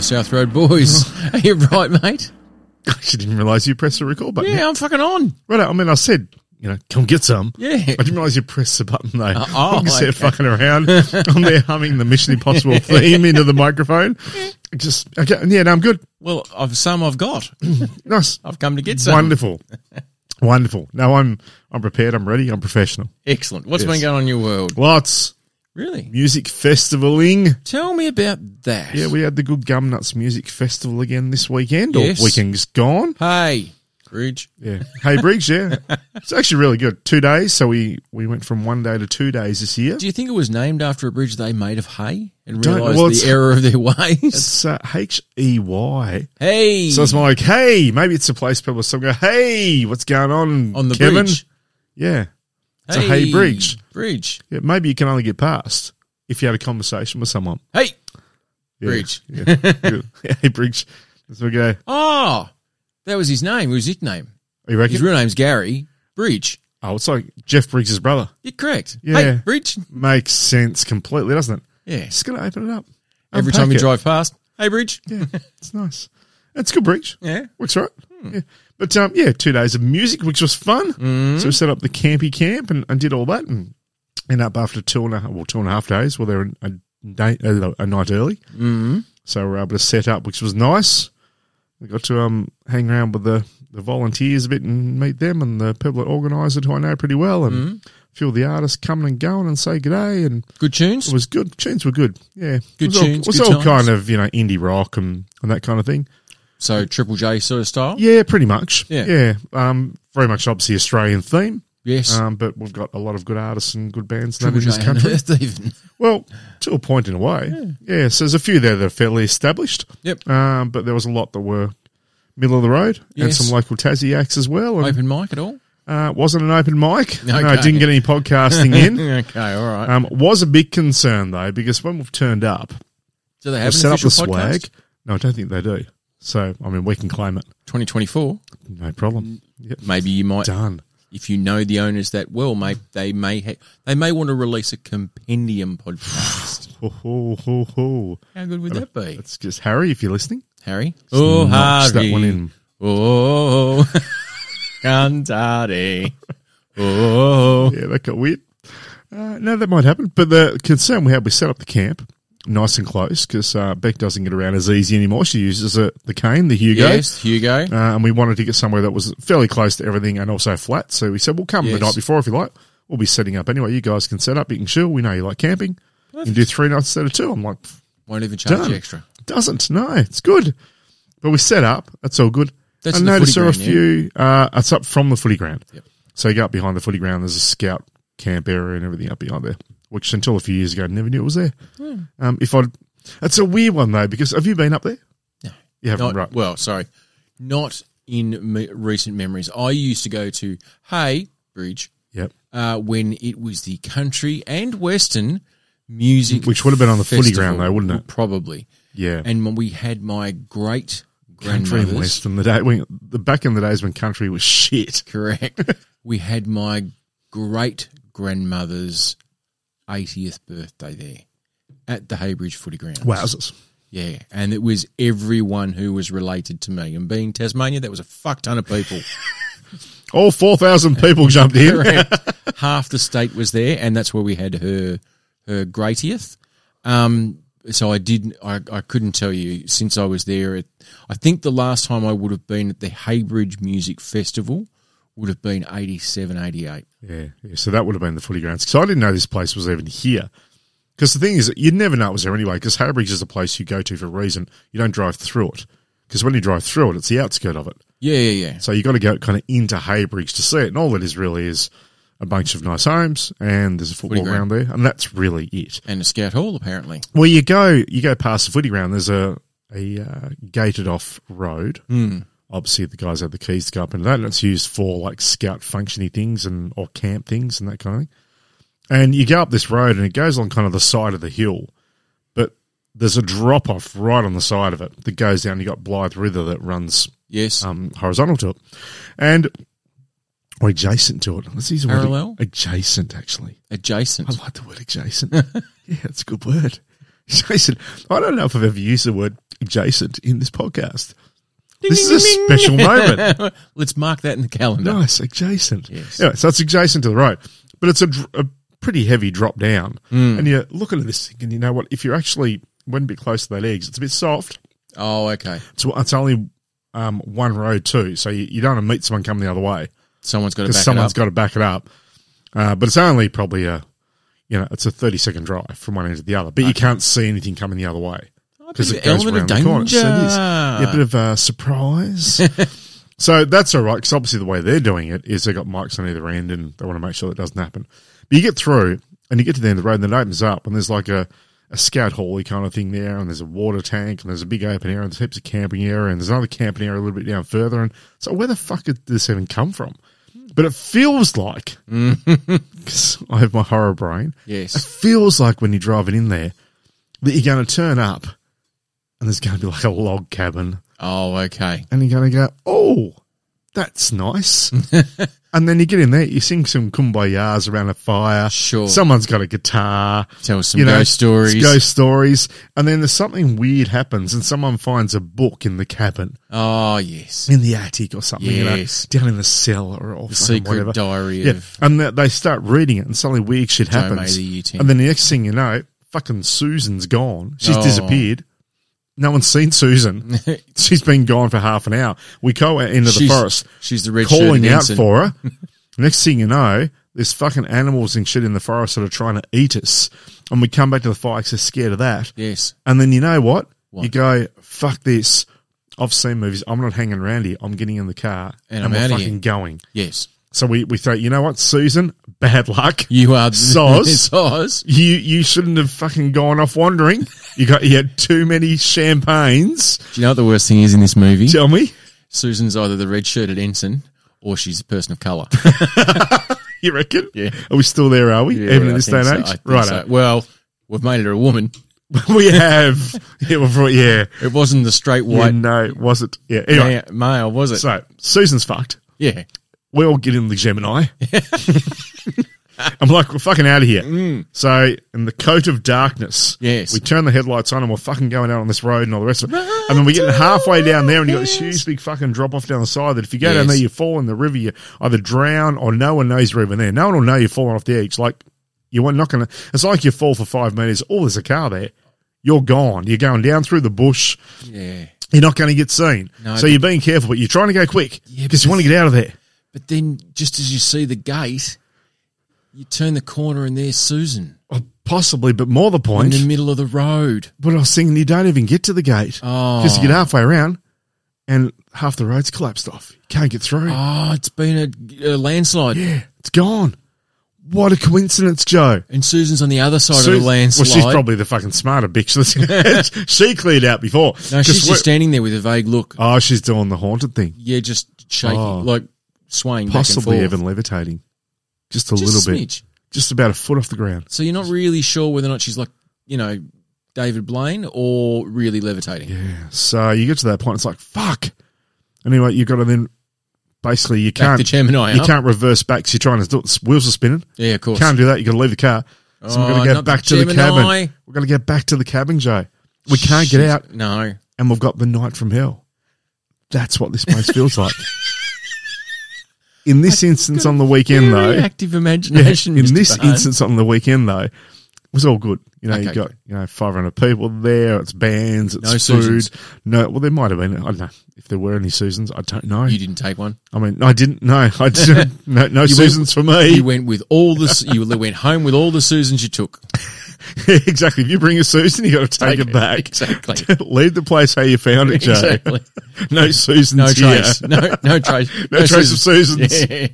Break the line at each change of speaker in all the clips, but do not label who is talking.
South Road Boys. Are you right, mate?
I actually didn't realise you pressed the record button.
Yeah, I'm fucking on.
Right. I mean, I said, you know, come get some.
Yeah.
I didn't realise you pressed the button though.
oh,
I'm just there
okay.
fucking around. I'm there humming the Mission Impossible theme into the microphone. Just okay. Yeah. No, I'm good.
Well, I've some I've got.
Nice.
I've come to get some.
Wonderful. Wonderful. No, I'm I'm prepared. I'm ready. I'm professional.
Excellent. What's
Yes.
been going on in your world?
Lots
Really?
music festivaling.
Tell me about that.
Yeah, we had the Good Gum Nuts Music Festival again this weekend, or
Yes.
weekend's gone.
hey, Ridge.
Yeah. Hey, Briggs, yeah. It's actually really good. Two days. So we, we went from one day to two days this year.
Do you think it was named after a bridge they made of hay and
Don't-
realised
well,
the
it's-
error of their ways?
It's uh, H E Y.
Hey,
So it's like, hey, maybe it's a place people still go, hey, what's going on
on the
Kevin?
bridge.
Yeah. It's a hay bridge.
Bridge.
yeah. Maybe you can only get past if you had a conversation with someone.
Hey.
Yeah.
Bridge.
Yeah. Yeah. hey, Briggs. So we go, are
Oh, that was his name. It was his nickname.
you
His
reckon?
real name's Gary Bridge.
Oh, it's like Jeff Briggs' brother.
You're correct.
Yeah.
Hey, Bridge.
Makes sense completely, doesn't it?
Yeah.
Just going to open it up.
Every time you
Unpack
drive past. Hey, Bridge.
it. Yeah. It's nice. It's good, Briggs.
Yeah.
Works all right. Yeah. But um, yeah, two days of music, which was fun.
Mm.
So we set up the campy camp and, and did all that, and end up after two and a well two and a half days. Well, they're a day a, a night early, mm
Mm-hmm.
so we are able to set up, which was nice. We got to um hang around with the, the volunteers a bit and meet them and the people that organise it, who I know pretty well, and
Mm-hmm.
a few of the artists coming and going and say good day, and
Good tunes.
it was good. Tunes were good. Yeah,
Good
it was All,
tunes,
it was
good
all
times.
kind of you know indie rock and, and that kind of thing.
So Triple J sort of style.
Yeah, pretty much.
Yeah.
yeah. Um, very much obviously Australian theme.
Yes.
Um, but we've got a lot of good artists and good bands that
Triple
in this
J on
country.
Earth even.
Well, to a point in a way. Yeah. So there's a few there that are fairly established.
Yep.
Um, but there was a lot that were middle of the road and
Yes.
some local Tassie acts as well. And
Open mic at all?
uh, wasn't an open mic. No,
Okay.
didn't get any podcasting in.
okay, all right.
Um, was a big concern though because when we've turned up,
Do they have
we've
an
set up
official
the
podcast?
swag. No, I don't think they do. So I mean, we can claim it,
2024.
no problem.
Mm.
Yep,
Maybe you might,
done.
if you know the owners that well, may, they may ha- they may want to release a compendium podcast.
Ho, ho, ho, ho.
How good would that be,
It's just Harry, if you're listening.
Harry? Oh,
notch
Harry.
that one in.
Oh, Cantare. Oh,
Yeah, that got weird. Uh, no, that might happen. But the concern we had, we set up the camp nice and close because uh, Beck doesn't get around as easy anymore. She uses a, the cane, the Hugo.
yes, Hugo.
Uh, and we wanted to get somewhere that was fairly close to everything and also flat. So we said, we'll come
Yes.
the night before if you like. We'll be setting up anyway. You guys can set up. You can chill. We know you like camping. You can do three nights instead of two. I'm like, "Pff,
Won't even charge
done.
you extra.
doesn't. No, it's good. But we set up. That's all good.
That's
I
in the
noticed there
footy
are a
ground, yeah?
few. Uh, it's up from the footy ground.
Yep.
So you go up behind the footy ground. There's a scout camp area and everything up behind there, which until a few years ago I never knew it was there.
Hmm.
Um, if I, it's a weird one though because have you been up there?
No.
You haven't,
Not,
right?
Well, sorry, not in me- recent memories. I used to go to Hay Bridge
Yep.
uh, when it was the country and western music,
Which would have been on the footy
festival,
ground though, wouldn't it?
Probably.
Yeah.
And when we had my great
Country and
grandmother's
Western, the day when the back in the days when country was shit.
correct, we had my great grandmother's 80th birthday there at the Haybridge Footy Ground.
Wowzers!
Yeah, and it was everyone who was related to me. And being Tasmania, that was a fuck ton of people.
All four thousand people jumped in.
Correct. Half the state was there, and that's where we had her her greatieth. Um, so I didn't, I, I couldn't tell you since I was there. At, I think the last time I would have been at the Haybridge Music Festival would have been 87, 88.
Yeah, yeah. So that would have been the footy grounds. Because I didn't know this place was even here. Because the thing is, you'd never know it was there anyway. Because Harrowbridge is a place you go to for a reason. You don't drive through it. Because when you drive through it, it's the outskirt of it.
Yeah, yeah, yeah.
So you got to go kind of into Haybridge to see it. And all it is really is a bunch of nice homes and there's a football
ground.
ground there. And that's really it.
And the Scout Hall, apparently.
Well, you go you go past the footy ground. There's a a uh, gated off road. Mm. Obviously, the guys have the keys to go up into that, and it's used for like scout functiony things and or camp things and that kind of thing. And you go up this road, and it goes on kind of the side of the hill, but there's a drop off right on the side of it that goes down. You got Blythe River that runs
Yes.
um, horizontal to it, and or adjacent to it. Let's use the word
Parallel?
adjacent. Actually,
Adjacent.
I like the word adjacent. yeah, it's a good word. Jason, I don't know if I've ever used the word adjacent in this podcast. This is a special moment.
Let's mark that in the calendar.
Nice, adjacent.
Yes.
Anyway, so it's adjacent to the road, but it's a, dr- a pretty heavy drop down. And you're looking at this thing, and you know what? If you're actually went a bit close to that edge, it's a bit soft.
Oh, okay.
It's, it's only um, one road too, so you, you don't want to meet someone coming the other way
Someone's got to back
because
it
someone's
up.
got to back it up. Uh, but it's only probably a, you know, it's a thirty second drive from one end to the other, but you can't see anything coming the other way because
bit
it
of
goes around
element of
the corner. So it is. Yeah, a
danger.
bit of a surprise. so that's all right because obviously the way they're doing it is they've got mics on either end and they want to make sure that doesn't happen. But you get through and you get to the end of the road and it opens up and there's like a a scout hally kind of thing there, and there's a water tank, and there's a big open area, and there's heaps of camping area, and there's another camping area a little bit down further. And so, where the fuck did this even come from? But it feels like, because I have my horror brain, it
Yes.
feels like when you're driving in there that you're going to turn up and there's going to be like a log cabin
Oh, okay.
and you're going to go, oh, that's nice. and then you get in there, you sing some kumbayas around a fire.
Sure.
Someone's got a guitar.
Tell us some ghost stories.
Ghost stories. And then there's something weird happens and someone finds a book in the cabin,
Oh, yes.
in the attic or something, you know,
Yes.
down in the cellar or the
Secret
whatever.
diary
Yeah,
of
and they- they start reading it, and suddenly weird shit
Joe
happens.
May, the U10.
And then the next thing you know, fucking Susan's gone. She's
Oh.
disappeared. No one's seen Susan. She's been gone for half an hour. We go out into the
She's-
forest,
She's the red
calling out for her. next thing you know, there's fucking animals and shit in the forest that are trying to eat us. And we come back to the fire because they're scared of that.
Yes.
And then you know what?
What?
You go, fuck this. I've seen movies. I'm not hanging around here. I'm getting in the car
And I'm outta
we're
here.
fucking going.
Yes.
So we, we throw, you know what, Susan, bad luck.
You are
Soz.
Soz.
You you shouldn't have fucking gone off wandering. You got you had too many champagnes.
Do you know what the worst thing is in this movie?
Tell me.
Susan's either the red shirted ensign or she's a person of colour.
You reckon?
Yeah.
Are we still there, are we? Even in this day and age?
right.
Right. eh?
Well, we've made her a woman.
we have. Yeah, we've, brought- yeah.
It wasn't the straight
yeah.
white
No, was it? Yeah. Anyway,
ma- male, was it?
so Susan's fucked.
yeah.
We all get in the Gemini. I'm like, we're fucking out of here. So, in the coat of darkness,
Mm. Yes.
we turn the headlights on and we're fucking going out on this road and all the rest of it. and then we get halfway down there and you got this huge big fucking drop off down the side that if you go down
Yes.
there, you fall in the river, you either drown or no one knows you're even there. No one will know you're falling off the edge. Like, you weren't not going to, it's like you fall for five meters. Oh, there's a car there. You're gone. You're going down through the bush.
Yeah.
You're not going to get seen.
No,
so
but-
you're being careful, but you're trying to go quick
Yeah,
because you want to get out of there.
But then, just as you see the gate, you turn the corner and there's Susan
Oh, possibly, but more the
in
point.
the middle of the road.
But I was thinking you don't even get to the gate
Oh.
because you get halfway around and half the road's collapsed off. You can't get through.
Oh, it's been a, a landslide.
Yeah, it's gone. What a coincidence, Joe.
And Susan's on the other side of
Sus-
the landslide.
Well, she's probably the fucking smarter bitch. she cleared out
no,
before. 'Cause
she's
we're-
just standing there with a vague look.
oh, she's doing the haunted thing.
Yeah, just shaking,
Oh.
like swaying
Possibly
back and forth.
even levitating. Just a
just
little
a
bit.
smidge.
Just about a foot off the ground.
So you're not really sure whether or not she's like, you know, David Blaine or really levitating.
So you get to that point, it's like, fuck. Anyway, you've got to then basically you
Back
can't
the Gemini
you
up.
can't reverse back 'cause you're trying to do it. Wheels are spinning.
Yeah, of course.
Can't do that. You've got to leave the car. So we're
Oh,
going to
not
get
the
back to the
Gemini.
cabin. We're going to get back to the cabin, Joe. We can't
Shit.
get out,
No.
and we've got the night from hell. That's what this place feels like. In this instance, on the weekend
Very
though,
active imagination.
in
Mr.
this
Barnes.
instance on the weekend though, it was all good. You know, you
Okay,
got you know five hundred people there. It's bands. It's
No
food.
Susans.
No, well there might have been. I don't know if there were any Susans. I don't know.
you didn't take one.
I mean, I didn't. know. I didn't. no, no Susans for me.
You went with all the. Su- You went home with all the Susans you took.
exactly. If you bring a Susan, you got to take,
Take
it
it.
back.
Exactly.
Leave the place how you found it, Joe.
Exactly.
No Susans
No
here.
trace. No, no trace.
No, trace of Susans.
Yeah.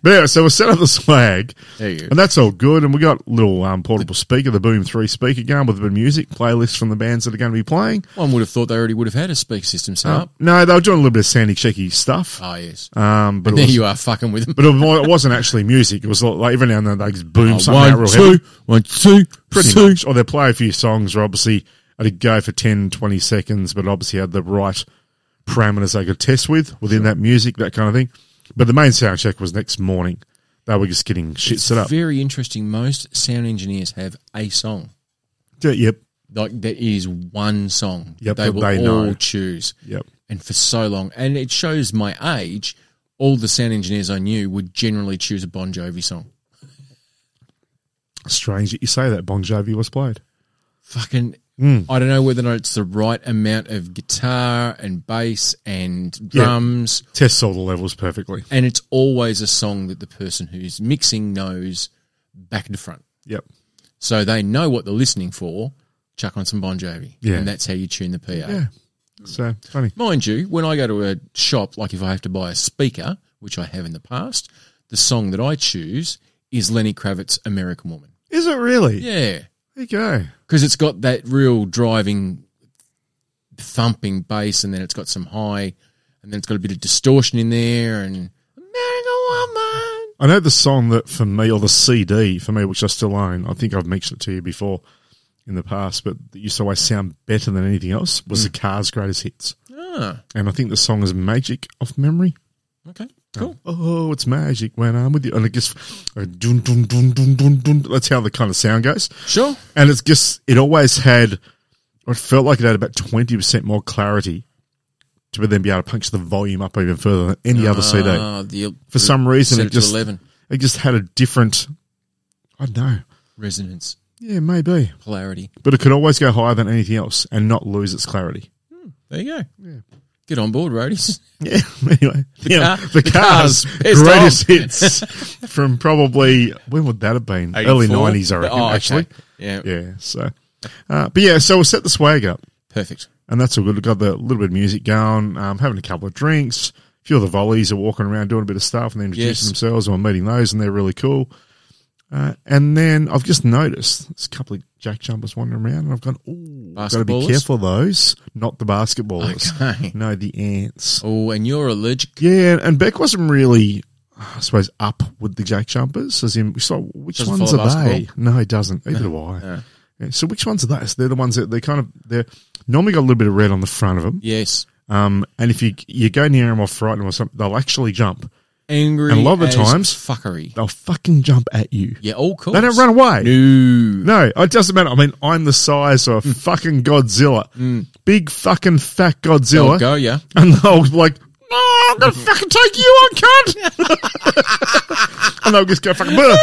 But anyway, so we set up the swag,
There you go.
and that's all good. And we got little um, portable speaker, the Boom Three speaker going with a bit of music, playlists from the bands that are going to be playing.
One would have thought they already would have had a speak system
Oh.
set up.
No, they were doing a little bit of Sandy Cheeky stuff.
Ah, yes.
Um, but it
there
was,
you are, fucking with them.
but it wa- it wasn't actually music. It was like every now and then they just boom something
Oh, Uh,
out
One,
real
two,
heavy.
one, two,
pretty
two.
much. Or they play a few songs, or obviously at a go for 10, 20 seconds, but obviously had the right parameters they could test with within that music, that kind of thing. But the main sound check was next morning. They were just getting shit set up.
Very interesting. Most sound engineers have a song.
Yeah, yep.
Like there is one song
Yep,
they
that
will
they
all
know.
choose,
Yep.
and for so long, and it shows my age. All the sound engineers I knew would generally choose a Bon Jovi song.
Strange that you say that Bon Jovi was played.
Fucking,
Hmm.
I don't know whether or not it's the right amount of guitar and bass and
Yeah.
drums.
Test saw the levels perfectly.
and it's always a song that the person who's mixing knows back to front.
Yep.
So they know what they're listening for. Chuck on some Bon Jovi,
Yeah.
and that's how you tune the PA.
Yeah. So funny.
Mind you, when I go to a shop, like if I have to buy a speaker, which I have in the past, the song that I choose is Lenny Kravitz' "American Woman."
Is it really?
Yeah,
There you go.
because it's got that real driving, thumping bass, and then it's got some high, and then it's got a bit of distortion in there, and "American Woman."
I know the song that for me, or the CD for me, which I still own. I think I've mentioned it to you before in the past, but that used to always sound better than anything else was the Cars' greatest hits.
Ah,
And I think the song is Magic off memory.
Okay, cool.
Oh, it's magic when I'm with you. And it just, uh, dun, dun, dun, dun, dun, dun. that's how the kind of sound goes.
Sure.
And it's just, it always had, it felt like it had about 20% more clarity to then be able to punch the volume up even further than any other CD.
Ah, the,
For some reason,
set
it
it to
just,
11.
it just had a different, I don't know.
Resonance,
Yeah, maybe.
polarity.
But it could always go higher than anything else and not lose its clarity.
There you go. Get on board, roadies.
Yeah. Anyway, the, yeah,
car-
the
the
cars,
cars pissed
greatest
off.
hits from probably when would that have been? Early
84?
nineties, I reckon.
Oh, okay.
Actually,
Yeah.
yeah. So, uh, but yeah, so we'll set the swag up,
Perfect.
and that's all good. We've got the little bit of music going, um, having a couple of drinks. A few of the volleys are walking around doing a bit of stuff, and they introducing
Yes.
themselves. And we're meeting those, and they're really cool. Uh, and then I've just noticed there's a couple of jack jumpers wandering around, and I've gone, "Ooh, got to be
Basketballers?
careful of those, not the basketballers,
Okay.
no, the ants."
Oh, and you're allergic.
Yeah, and Beck wasn't really, I suppose, up with the Jack Jumpers. As in, so which
Doesn't
ones are
follow
they? No, he doesn't. Either do I.
no.
Yeah, so which ones are those? They're the ones that they kind of they're normally got a little bit of red on the front of them.
Yes.
Um, and if you you go near them or frighten them or something, they'll actually jump.
Angry.
And a lot of the
as
times-
Fuckery.
They'll fucking jump at you.
Yeah, all cool.
They don't run away.
No.
No, it doesn't matter. I mean, I'm the size of a fucking Godzilla,
Mm.
big fucking fat Godzilla,
They'll go, yeah.
and they'll be like. No, I'm gonna fucking take you on, cunt! and they'll just go fucking. "Bleh."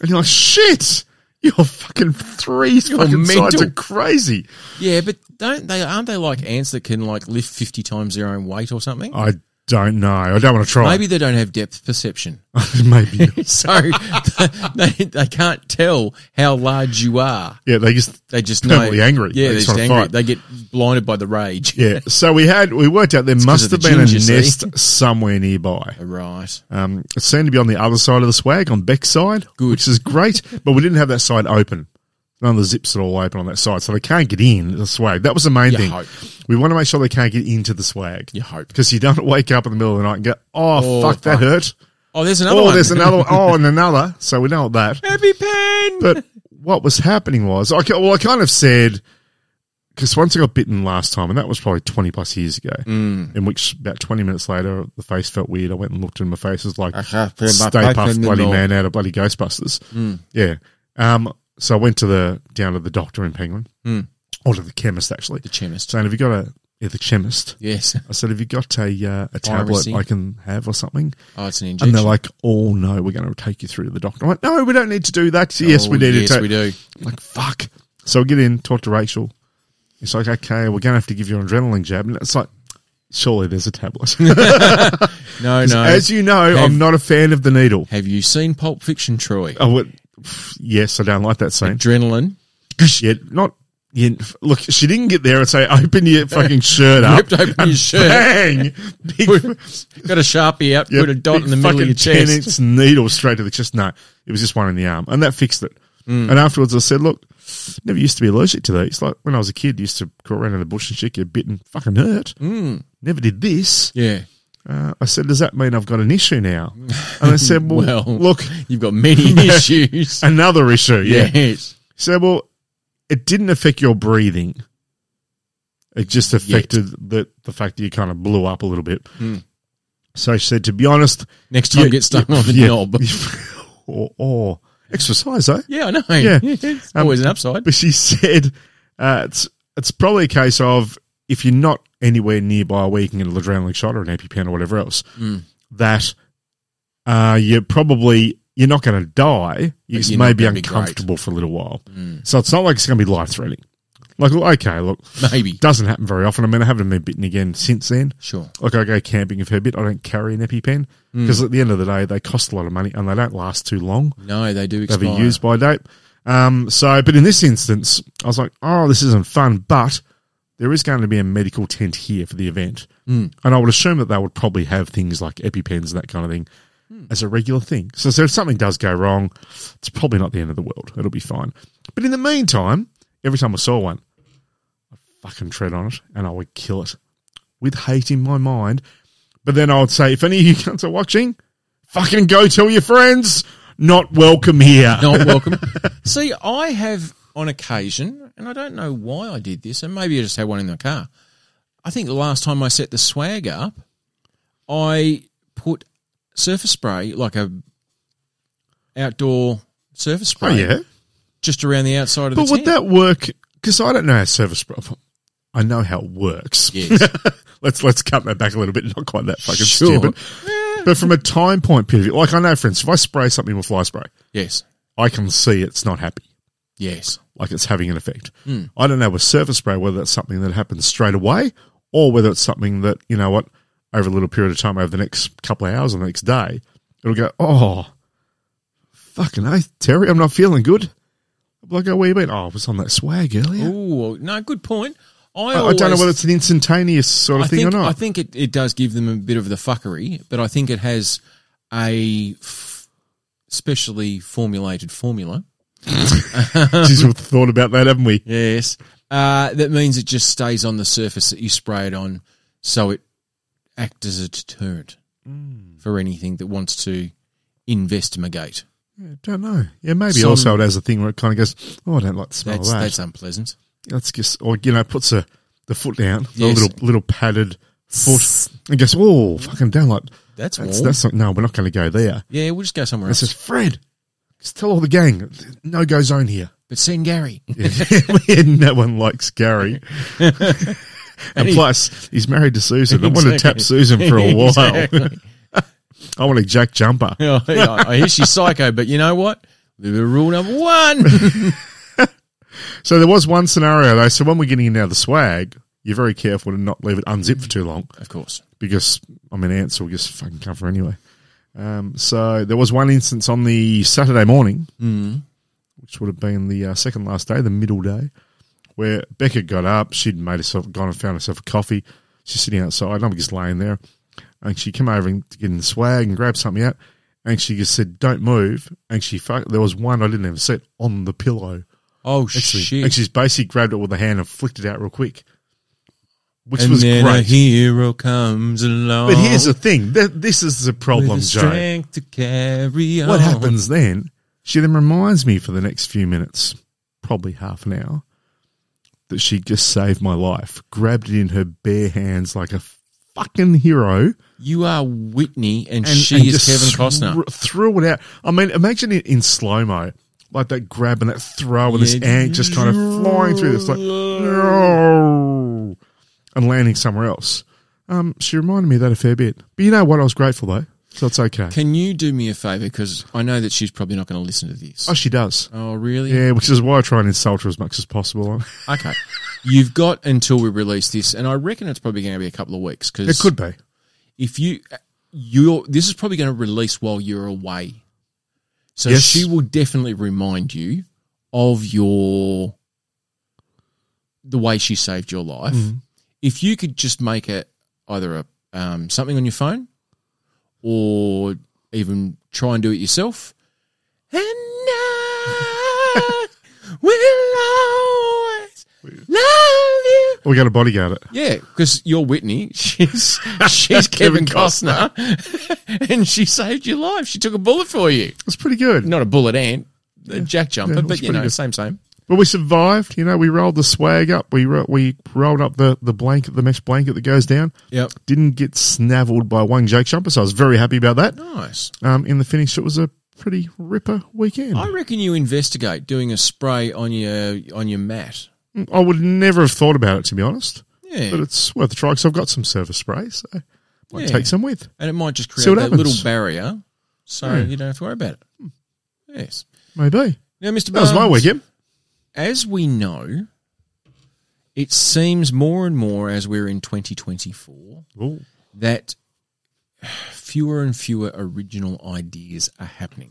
And you're like, shit, you're fucking 3 fucking sides
mental.
are crazy.
Yeah, but don't they? Aren't they like ants that can like lift fifty times their own weight or something?
I don't know. I don't want to try.
Maybe they don't have depth perception,
Maybe.
so they, they can't tell how large you are.
Yeah, they just.
They just
Totally
know,
angry.
Yeah, they're
They just
just
wanna
angry.
fight.
They get blinded by the rage.
Yeah, so we had we worked out there
'cause
must
of
have
the
been a
ginger, see?
nest somewhere nearby.
Right.
Um, it seemed to be on the other side of the swag, on Beck's side,
Good.
which is great. but we didn't have that side open. None of the zips are all open on that side, so they can't get in the swag. That was the main
You
thing.
hope.
We want to make sure they can't get into the swag.
You hope.
because you don't wake up in the middle of the night and go, "Oh,
Oh,
fuck, that
fuck.
hurt."
Oh, there's another
Oh,
one.
there's another. one. Oh, and another. So we know that.
Happy pen.
But what was happening was, I, ca- well, I kind of said because once I got bitten last time, and that was probably twenty plus years ago,
Mm.
in which about twenty minutes later, the face felt weird. I went and looked in my face. It was like
can't feel my
stay
face
puffed, bloody
anymore.
man out of bloody Ghostbusters.
Hmm.
Yeah. Um. So I went to the down to the doctor in Penguin, or to the chemist actually.
Hmm. the chemist.
Saying, "Have you got a?" Yeah, the chemist.
Yes.
I said, "Have you got a uh, a tablet
Pharmacy.
I can have or something?"
Oh, it's an
And
injection.
they're like, "Oh no, we're going to take you through to the doctor." I went, "No, we don't need to do that." Yes, we
Oh,
need
yes,
to.
we
take
do.
Like fuck. So we get in, talk to Rachel. It's like, okay, we're going to have to give you an adrenaline jab, and it's like, surely there's a tablet.
No, no.
As you know, I'm not a fan of the needle.
Have you seen Pulp Fiction, Troy?
I would, Oh, yes, I don't like that scene.
Adrenaline
Yeah, not. Yeah, look, she didn't get there and say, "Open your fucking shirt up."
ripped open your shirt.
Bang! Big
Got a sharpie out.
Yeah,
put a dot
big
in the middle of
fucking
your chest.
10 inch needle straight to the chest. No, it was just one in the arm, and that fixed it.
Mm.
And afterwards, I said, "Look, never used to be allergic to these. Like when I was a kid, used to crawl around in the bush and shit, get bitten, fucking hurt.
Mm.
Never did this."
Yeah.
Uh, I said, "Does that mean I've got an issue now?" And I said, "Well,
Well,
look,
You've got many issues.
another issue." Oh, Yeah.
Yes.
He said, "Well, it didn't affect your breathing. It just affected the the fact that you kind of blew up a little bit." So she said, "To be honest."
Next Hmm. time, get stuck on the
yeah.
knob.
or, or exercise, eh?
Yeah, I know.
Yeah.
It's always an upside.
But she said Uh, it's it's probably a case of if you're not anywhere nearby where you can get an adrenaline shot or an EpiPen or whatever else,
Hmm.
that uh, you're probably you're not going to die. You just
you're
may
not
be
gonna be great. Hmm.
uncomfortable for a little while. So it's not like it's going to be life threatening. Like, well, okay, look,
Maybe.
doesn't happen very often. I mean, I haven't been bitten again since then.
Sure.
Like, I go camping a fair bit. I don't carry an EpiPen
Hmm.
because at the end of the day, they cost a lot of money and they don't last too long
No, they do
have
expire.
a use by date. Um, so, but in this instance, I was like, oh, this isn't fun, but there is going to be a medical tent here for the event. And I would assume that they would probably have things like EpiPens and that kind of thing as a regular thing. So, so if something does go wrong, it's probably not the end of the world. It'll be fine. But in the meantime, every time I saw one, I fucking tread on it and I would kill it with hate in my mind. But then I would say, if any of you cunts are watching, fucking go tell your friends. Not welcome here.
Not welcome. See, I have on occasion, and I don't know why I did this, and maybe I just had one in the car. I think the last time I set the swag up, I put surface spray, like a outdoor surface
Oh
spray,
yeah,
just around the outside of
but
the
would
tent.
that work? Because I don't know how service problem. I know how it works.
Yes.
let's let's cut that back a little bit. Not quite that fucking
Sure.
stupid. But from a time point of view, like I know, for instance, if I spray something with fly spray,
yes.
I can see it's not happy.
Yes.
Like it's having an effect.
Hmm.
I don't know with surface spray whether that's something that happens straight away or whether it's something that you know what over a little period of time, over the next couple of hours or the next day, it'll go. Oh, fucking, hey, Terry, I'm not feeling good. I'm like, oh, where you been? Oh, I was on that swag earlier.
Oh no, good point. I,
I, I don't know
always-
whether it's an instantaneous sort of
I
thing
think,
or not.
I think it, it does give them a bit of the fuckery, but I think it has a f- specially formulated formula.
Jeez, we've thought about that, haven't we?
Yes. Uh, that means it just stays on the surface that you spray it on, so it acts as a deterrent for anything that wants to investigate.
I don't know. Yeah, maybe
Some-
also it has a thing where it kind of goes, oh, I don't like the smell
That's
of that.
that's unpleasant.
Let's just, or, you know, puts a, the foot down,
Yes.
the little, little padded foot, and goes, oh, fucking don't like
That's warm.
that's, that's not, no, we're not going to go there.
yeah, we'll just go somewhere
This
else.
is Fred. Just tell all the gang, no go zone here.
but send Gary.
Yeah, no one likes Gary. and
he-
plus, he's married to Susan. I want to tap
Exactly.
Susan for a while.
Exactly.
I want a Jack Jumper.
Yeah, I I hear she's psycho, but you know what? Rule number one.
So there was one scenario though. So when we're getting in now the swag, you're very careful to not leave it unzipped for too long
Of course.
because I mean ants will just fucking come for anyway. Um, so there was one instance on the Saturday morning, which would have been the uh, second last day, the middle day, where Becca got up. She'd made herself gone and found herself a coffee. She's sitting outside, and I'm just laying there, and she came over and to get in the swag and grab something out, and she just said, "Don't move." And she fuck. There was one I didn't even sit on the pillow.
Oh
Actually,
shit!
And she's basically grabbed it with her hand and flicked it out real quick, which
and
was
then a
great.
hero comes along.
but here's the thing: th- this is the
with
problem,
the
Joe.
strength to carry on.
What happens then? She then reminds me for the next few minutes, probably half an hour, that she just saved my life. Grabbed it in her bare hands like a fucking hero,
You are Whitney, and,
and
she
and
is
just
Kevin Costner.
thr- threw it out. I mean, imagine it in slow mo. Like that grab and that throw, and this
Yeah.
ant just kind of flying through this, like, no, and landing somewhere else. Um, she reminded me of that a fair bit. But you know what? I was grateful though, so it's okay.
Can you do me a favor? Because I know that she's probably not going to listen to this.
oh, she does.
Oh, really?
Yeah, which is why I try and insult her as much as possible.
Okay. You've got until we release this, and I reckon it's probably going to be a couple of weeks.
It
Because
could be.
if you you're this is probably going to release while you're away so
Yes.
she will definitely remind you of your the way she saved your life if you could just make it either a um, something on your phone or even try and do it yourself and I will always love you
We got a bodyguard. It.
yeah, because you're Whitney. She's she's Kevin,
Kevin
Costner, and she saved your life. She took a bullet for you.
It's pretty good.
Not a bullet ant, a jack jumper,
Yeah, it was
but you
pretty
know,
good.
same same.
But we survived. You know, we rolled the swag up. We ro- we rolled up the the blanket, the mesh blanket that goes down.
Yep,
Didn't get snaveled by one Jake jumper, so I was very happy about that.
nice.
Um, in the finish, it was a pretty ripper weekend.
I reckon you investigate doing a spray on your on your mat
Mm, I would never have thought about it to be honest,
Yeah.
but it's worth a try because I've got some surface spray, so I might
Yeah.
take some with.
and it might just create
See what
that little
happens. Hmm.
barrier, so
Yeah.
you don't have to worry about it. Yes.
Maybe
Now, Mr.
that was my
Barnes,
weekend.
As we know, it seems more and more as we're in 2024
Ooh.
that fewer and fewer original ideas are happening.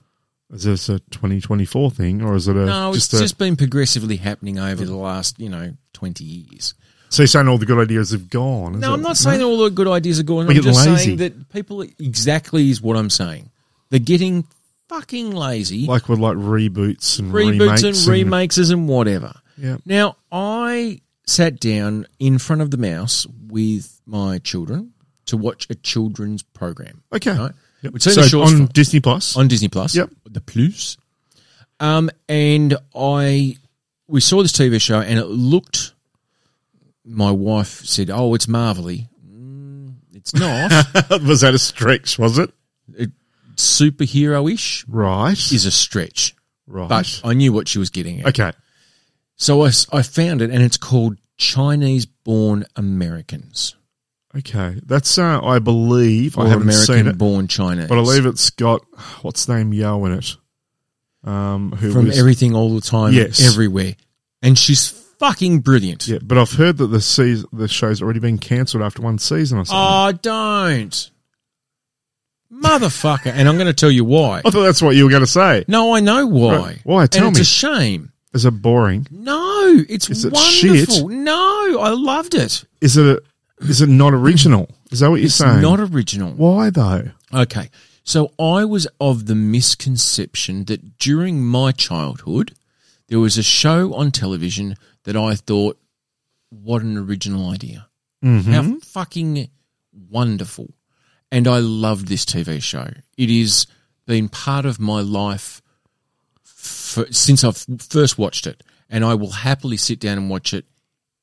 Is this a 2024 thing, or is it a
No,
Uh, just,
it's
a,
just been progressively happening over the last, you know, 20 years.
so you're saying all the good ideas have gone? is
No,
it?
I'm not saying all the good ideas are gone.
We
I'm
get
just
lazy.
saying that people exactly is what I'm saying. They're getting fucking lazy.
like with like reboots and
reboots
remakes
and remakes and whatever.
Yeah.
Now, I sat down in front of the mouse with my children to watch a children's program.
Okay.
Right?
Yep.
We'd seen the
So
shorts
on
from-
Disney Plus.
on Disney Plus.
Yep.
The Plus. Um, and I we saw this TV show and it looked my wife said, Oh, it's marvelly. Mm, it's not.
was that a stretch? Was it
Superhero ish
right?
is a stretch.
right.
But I knew what she was getting at.
okay.
So I, s- I found it and it's called Chinese Born Americans.
Okay. That's uh, I believe
Or
I haven't seen
American
it,
Born Chinese.
but I believe it's got what's name Yo in it. Um, who
From
was
everything all the time,
Yes.
everywhere. And she's fucking brilliant.
yeah? But I've heard that the season, the show's already been cancelled after one season or something.
Oh, don't. Motherfucker. and I'm going to tell you why.
I thought that's what you were going to say.
No, I know why.
Right. Why? Tell
and it's
me.
a shame.
Is it boring?
No, it's
Is it
wonderful. No, I loved it.
Is it? A, is it not original? Is that what you're
It's
saying?
not original.
Why though?
Okay. So I was of the misconception that during my childhood, there was a show on television that I thought, what an original idea. How fucking wonderful. And I loved this TV show. It has been part of my life for, since I've first watched it. And I will happily sit down and watch it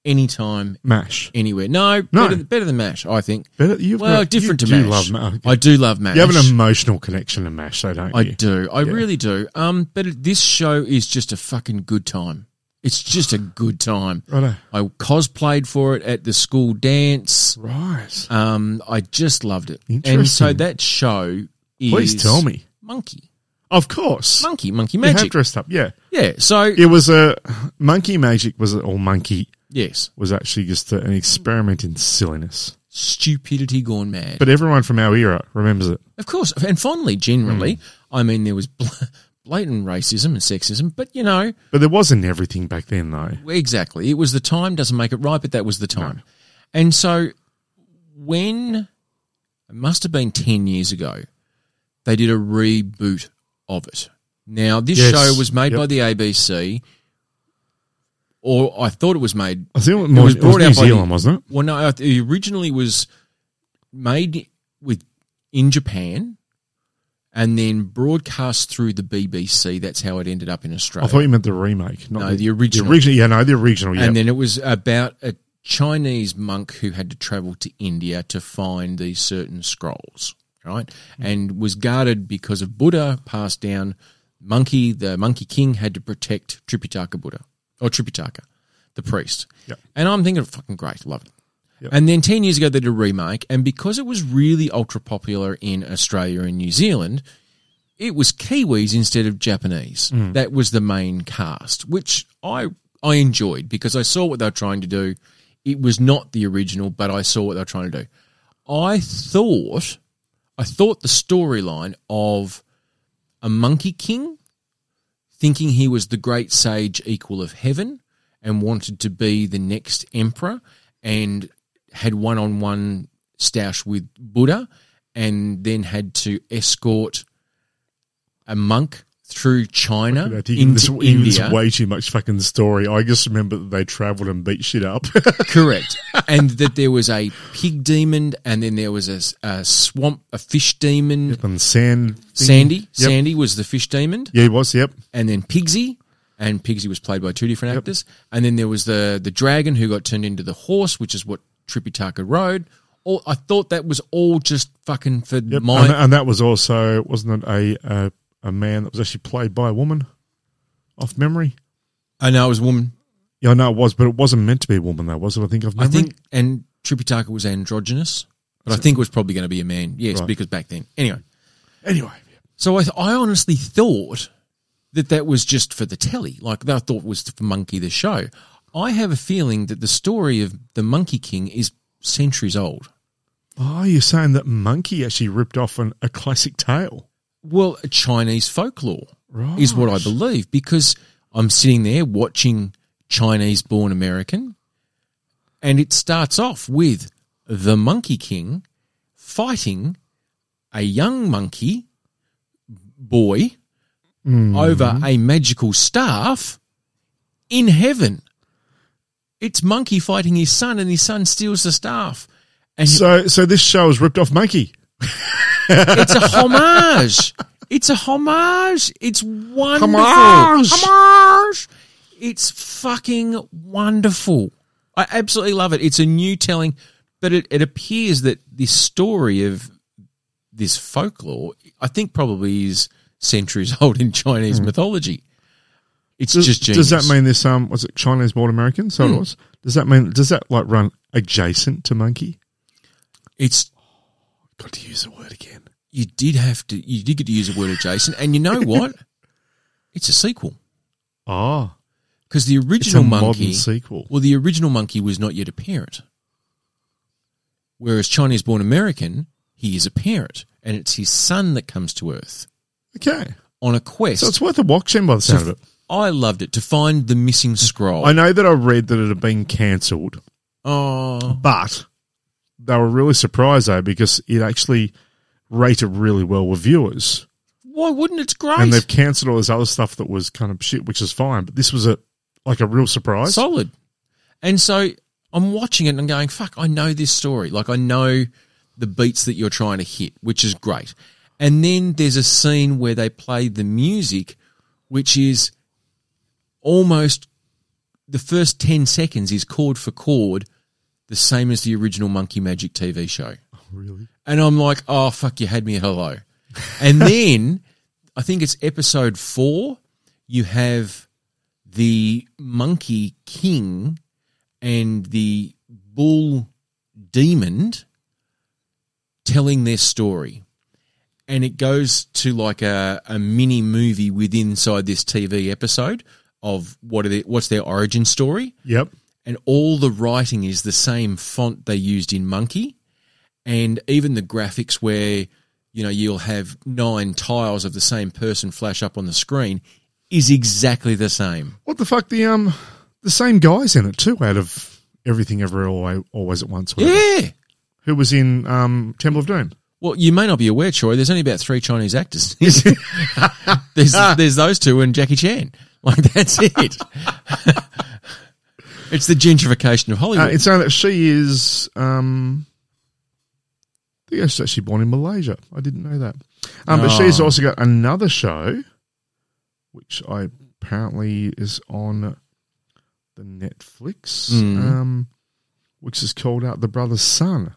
anytime,
Mash.
anywhere. No,
No.
better, better than MASH, I think.
Better, you've
Well,
got-
different
you
to
do
Mash.
love Ma-
I do love Mash.
You have an emotional connection to Mash, though, don't
I
you?
do. I really do. Um, but it- this show is just a fucking good time. It's just a good time.
Righto.
I cosplayed for it at the school dance.
Right.
Um, I just loved it. And so
Interesting.
that show is
Please tell me.
Monkey,
Of course.
Monkey, Monkey
You have
Magic.
dressed up, yeah.
Yeah. So
It was a monkey magic was it all monkey
yes,
was actually just a, an experiment in silliness.
stupidity gone mad.
But everyone from our era remembers it.
Of course, and fondly, generally.
Hmm.
I mean, there was bl- blatant racism and sexism, but you know,
But there wasn't everything back then, though.
Exactly. It was the time doesn't make it right, but that was the time. And so when it must have been 10 years ago, they did a reboot of it. Now, this
Yes.
show was made
Yep.
by the ABC, or I thought it was made.
I think it was,
It was
it
brought
was New
out by the-
Zealand, wasn't it?
Well, no, it originally was made with in Japan and then broadcast through the BBC. That's how it ended up in Australia.
I thought you meant the remake, not
No,
the,
the original.
The original, yeah, no, the original, yeah.
And then it was about a Chinese monk who had to travel to India to find these certain scrolls, right?
Hmm.
And was guarded because of Buddha passed down. Monkey, the monkey king, had to protect Tripitaka Buddha or Tripitaka, the priest.
Hmm. Yep.
And I'm thinking, fucking great, love it.
Yep.
And then 10 years ago, they did a remake. And because it was really ultra popular in Australia and New Zealand, it was Kiwis instead of Japanese. That was the main cast, which I I enjoyed because I saw what they were trying to do. It was not the original, but I saw what they were trying to do. I thought I thought the storyline of a monkey king thinking he was the great sage equal of heaven and wanted to be the next emperor and had one on one stoush with Buddha and then had to escort a monk through China
I think
into
this, this
India.
is way too much fucking story. I just remember that they travelled and beat shit up.
Correct. and that there was a pig demon and then there was a, s- a swamp, a fish demon.
and sand. thing.
Sandy.
Yep.
Sandy was the fish demon.
Yeah, he was, yep.
and then Pigsy, and Pigsy was played by two different actors. And then there was the the dragon who got turned into the horse, which is what Tripitaka rode. All I thought that was all just fucking for
Yep.
my
and, and that was also wasn't it a, a a man that was actually played by a woman, off memory.
I know it was a woman.
Yeah, I know it was, but it wasn't meant to be a woman, though, was it? I think I've
I think,
remembered.
and Tripitaka was androgynous, but I think it was probably going to be a man. Yes,
Right.
because back then. Anyway,
Anyway,
so I, th- I honestly thought that that was just for the telly. Like that I thought was for Monkey the Show. I have a feeling that the story of the Monkey King is centuries old.
oh, you're saying that monkey actually ripped off an, a classic tale?
Well, Chinese folklore is what I believe because I'm sitting there watching Chinese born American and it starts off with the Monkey King fighting a young monkey boy over a magical staff in heaven. It's monkey fighting his son and his son steals the staff. And
So, so this show has ripped off monkey.
It's a homage. It's a homage. It's wonderful.
Homage.
Homage. It's fucking wonderful. I absolutely love it. It's a new telling, but it, it appears that this story of this folklore, I think, probably is centuries old in Chinese mythology. It's
Hmm. Does,
just genius.
does that mean this? Um, was it Chinese born American? So it was. Does that mean? Does that like run adjacent to monkey?
it's
Got to use the word again.
you did have to you did get to use the word adjacent, and you know what? it's a sequel
Ah,
because the
it's a
original monkey
modern sequel.
Well, the original monkey was not yet a parent. Whereas Chinese born American, he is a parent, and it's his son that comes to Earth
Okay,
on a quest.
so it's worth a watch then by the sound of it.
I loved it to find the missing scroll.
I know that I read that it had been cancelled,
oh,
but they were really surprised though because it actually rated really well with viewers,
why wouldn't it's great?
and they've cancelled all this other stuff that was kind of shit, which is fine. But this was a like a real surprise.
solid. And so I'm watching it and I'm going, fuck, I know this story. Like I know the beats that you're trying to hit, which is great. And then there's a scene where they play the music, which is almost the first 10 seconds is chord for chord, the same as the original Monkey Magic TV show.
really?
And I'm like, oh, fuck, you had me at hello. And then I think it's episode four, you have the monkey king and the bull demon telling their story. And it goes to like a, a mini movie within inside this TV episode of what are they, what's their origin story
Yep.
and all the writing is the same font they used in Monkey, and even the graphics where you know you'll have nine tiles of the same person flash up on the screen is exactly the same.
What the fuck? The um, the same guys in it too. Out of everything, ever, always, always at once. whatever.
Yeah.
Who was in um Temple of Doom?
Well, you may not be aware, Troy. There's only about three Chinese actors. there's
Ah.
there's those two and Jackie Chan. Like that's it. it's the gentrification of
Uh,
Hollywood.
it's only that she is. Um, I think she's actually born in Malaysia. I didn't know that. Um, But she's
Oh.
also got another show, which I apparently is on the Netflix,
Mm.
um, which is called Out the Brother's Son,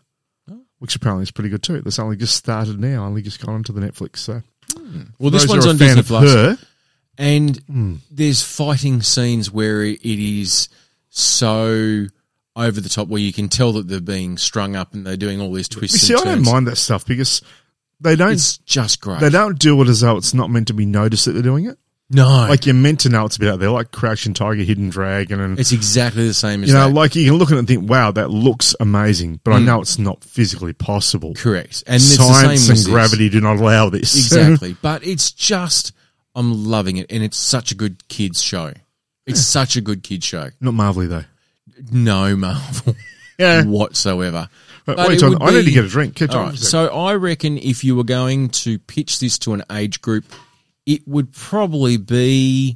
Oh.
which apparently is pretty good too. That's only just started now, only just gone onto the Netflix. So
well, this
those
one's
who are
on
a fan
Disney
of
Plus.
her-
and
Hmm.
there's fighting scenes where it is so over the top where you can tell that they're being strung up and they're doing all these
You
twists
see,
and
I
turns.
don't mind that stuff because they don't
It's just great.
they don't do it as though it's not meant to be noticed that they're doing it.
no,
Like you're meant to know it's a bit out there, like Crouching Tiger, Hidden Dragon, and
it's exactly the same as
you know,
that.
like you can look at it and think, "Wow, that looks amazing," but I know it's not physically possible.
Correct, and it's the
Science
same as
and
this.
gravity do not allow this.
exactly. But it's just, I'm loving it, and it's such a good kids show. It's such a good kids show.
not marvelly though.
No Marvel
Yeah.
whatsoever.
Eh. But
But
wait,
it
John,
would
I need to
be- Oh,
get a drink. Catch
All
up
right.
with you.
So I reckon if you were going to pitch this to an age group, it would probably be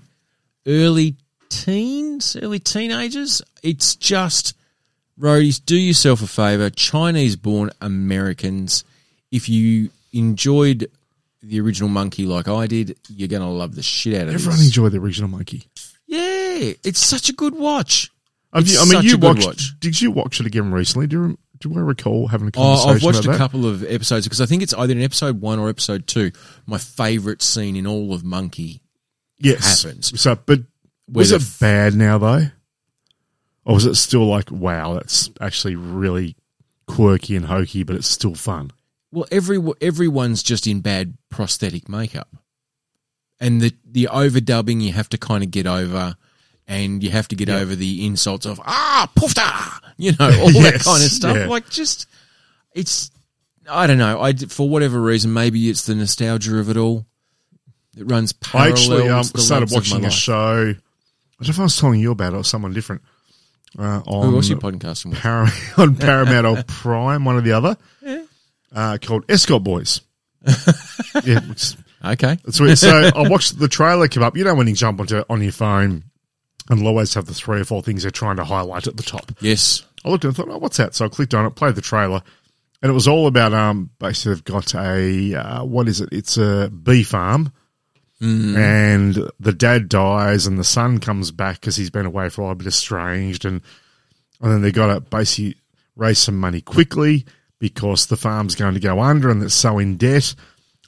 early teens, early teenagers. It's just, roadies, do yourself a favor. Chinese born Americans, if you enjoyed the original Monkey like I did, you're going to love the shit out of
Everyone
this.
enjoy the original monkey.
yeah. It's such a good watch.
Have
It's
you, I mean,
such
you
a good
watched.
watch.
Did you watch it again recently? Do you, do I recall having a
Oh,
conversation
I've watched
about
a
that?
couple of episodes because I think it's either in episode one or episode two. My favourite scene in all of Monkey
yes.
happens.
So, but was
Where
it
the f-
bad now though? Or was it still like, wow, that's actually really quirky and hokey, but it's still fun?
Well, every everyone's just in bad prosthetic makeup, and the the overdubbing you have to kind of get over, and you have to get over the insults of ah poofta, you know, all that
Yes,
kind of stuff.
yeah.
Like just it's I don't know. I d- for whatever reason, maybe it's the nostalgia of it all. It runs parallel.
I actually um,
to the
started
lumps of my
watching a
life.
show. I don't know if I was telling you about it or someone different. Uh, on
Who else you podcasting with?
Param- on Paramount or Prime, one or the other, uh, called Escort Boys. yeah, it's-
Okay.
that's weird. So I watched the trailer come up. You know when you jump onto on your phone, and it'll always have the three or four things they're trying to highlight at the top.
Yes.
I looked and thought, oh, what's that? So I clicked on it, played the trailer, and it was all about um basically they've got a uh, what is it? It's a bee farm, and the dad dies, and the son comes back because he's been away for a while, a bit estranged, and and then they got to basically raise some money quickly because the farm's going to go under and it's so in debt.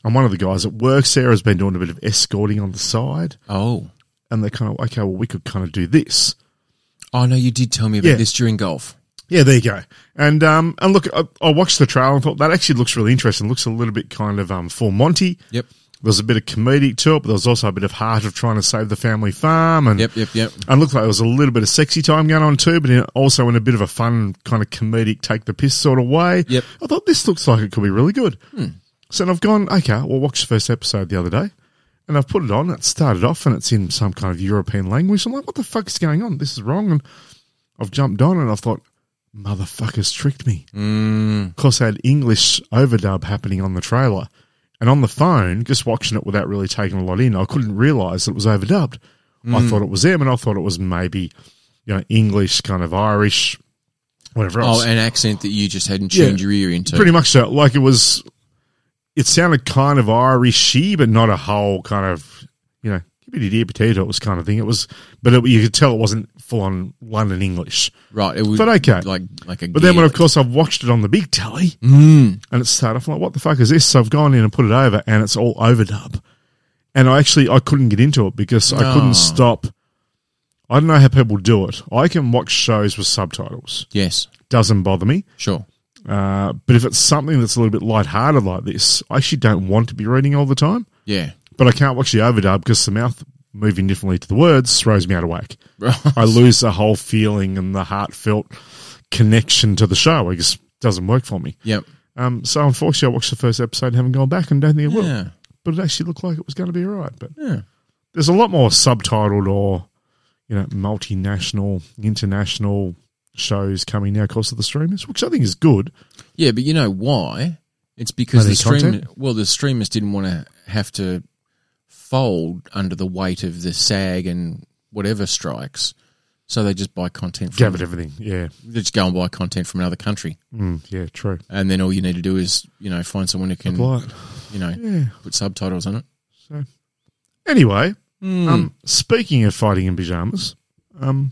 And one of the guys that works there has been doing a bit of escorting on the side,
Oh.
and they're kind of okay. Well, we could kind of do this.
Oh no, you did tell me about
Yeah.
this during golf.
Yeah, there you go. And um, and look, I, I watched the trailer and thought that actually looks really interesting. Looks a little bit kind of um, full Monty.
Yep.
There's a bit of comedic to it, but there was also a bit of heart of trying to save the family farm. And
Yep. Yep. Yep.
and looked like there was a little bit of sexy time going on too, but in, also in a bit of a fun kind of comedic take the piss sort of way.
Yep. Hmm.
I thought this looks like it could be really good. So then I've gone, okay, well, watched the first episode the other day and I've put it on. It started off and it's in some kind of European language. I'm like, what the fuck's going on? This is wrong. And I've jumped on and I thought, motherfuckers tricked me. Of course, I had English overdub happening on the trailer. And on the phone, just watching it without really taking a lot in, I couldn't realise it was overdubbed. I thought it was them, and I thought it was maybe, you know, English, kind of Irish, whatever else.
Oh, an accent that you just hadn't tuned
Yeah.
your ear into.
Pretty much so. Like it was, it sounded kind of Irishy, but not a whole kind of, you know, gibbity dear potato. It was kind of thing. It was, but it, you could tell it wasn't full on London English.
right. It was
But okay.
like like a.
But then, when of
Gaelic.
course I've watched it on the big telly,
Mm.
and it started off I'm like, "What the fuck is this?" So I've gone in and put it over, and it's all overdub. And I actually I couldn't get into it because I
No.
couldn't stop. I don't know how people do it. I can watch shows with subtitles;
yes,
doesn't bother me.
sure.
Uh, but if it's something that's a little bit lighthearted like this, I actually don't want to be reading all the time.
Yeah,
But I can't watch the overdub because the mouth moving differently to the words throws me out of whack. I lose the whole feeling and the heartfelt connection to the show. It just doesn't work for me.
yep.
Um, so unfortunately, I watched the first episode and haven't gone back and don't think it will.
Yeah,
But it actually looked like it was going to be all right. But
yeah.
there's a lot more subtitled or you know multinational, international shows coming now because of the streamers, which I think is good.
Yeah, but you know why? It's because
Only
the stream.
content?
Well, the streamers didn't want to have to fold under the weight of the SAG and whatever strikes, so they just buy content. From,
Gave it everything. Yeah,
they just go and buy content from another country,
mm, yeah, true.
and then all you need to do is you know find someone who can
Right.
you know
Yeah.
put subtitles on it.
Anyway,
Mm.
um, speaking of fighting in pajamas, um,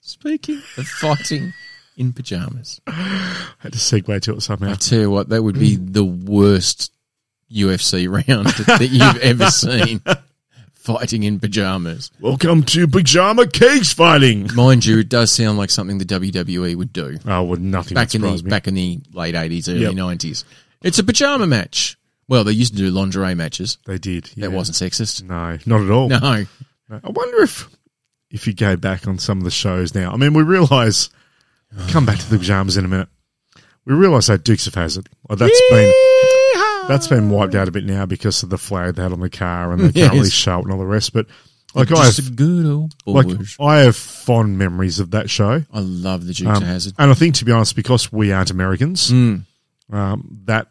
Speaking of fighting in pajamas.
I had to segue to it somehow.
I tell you what, that would be the worst UFC round that you've ever seen. Fighting in pajamas.
Welcome to pajama cage fighting.
Mind you, it does sound like something the WWE would do
Oh, well, nothing would
back in the
surprise me.
back in the late eighties, early
Yep.
nineties. It's a pajama match. Well, they used to do lingerie matches.
they did. Yeah.
That wasn't sexist.
No, not at all.
No.
No. I wonder if if you go back on some of the shows now. I mean, we realise. Come back to the pajamas in a minute. We realise that Dukes of Hazard. Well, that's been that's been wiped out a bit now because of the flag they had on the car and they can't really
Yes.
show it and all the rest. But like I
Just
have,
a good old
like
boys.
I have fond memories of that show.
I love the Jukes
Um,
Hazard.
And I think, to be honest, because we aren't Americans,
Hmm.
um, that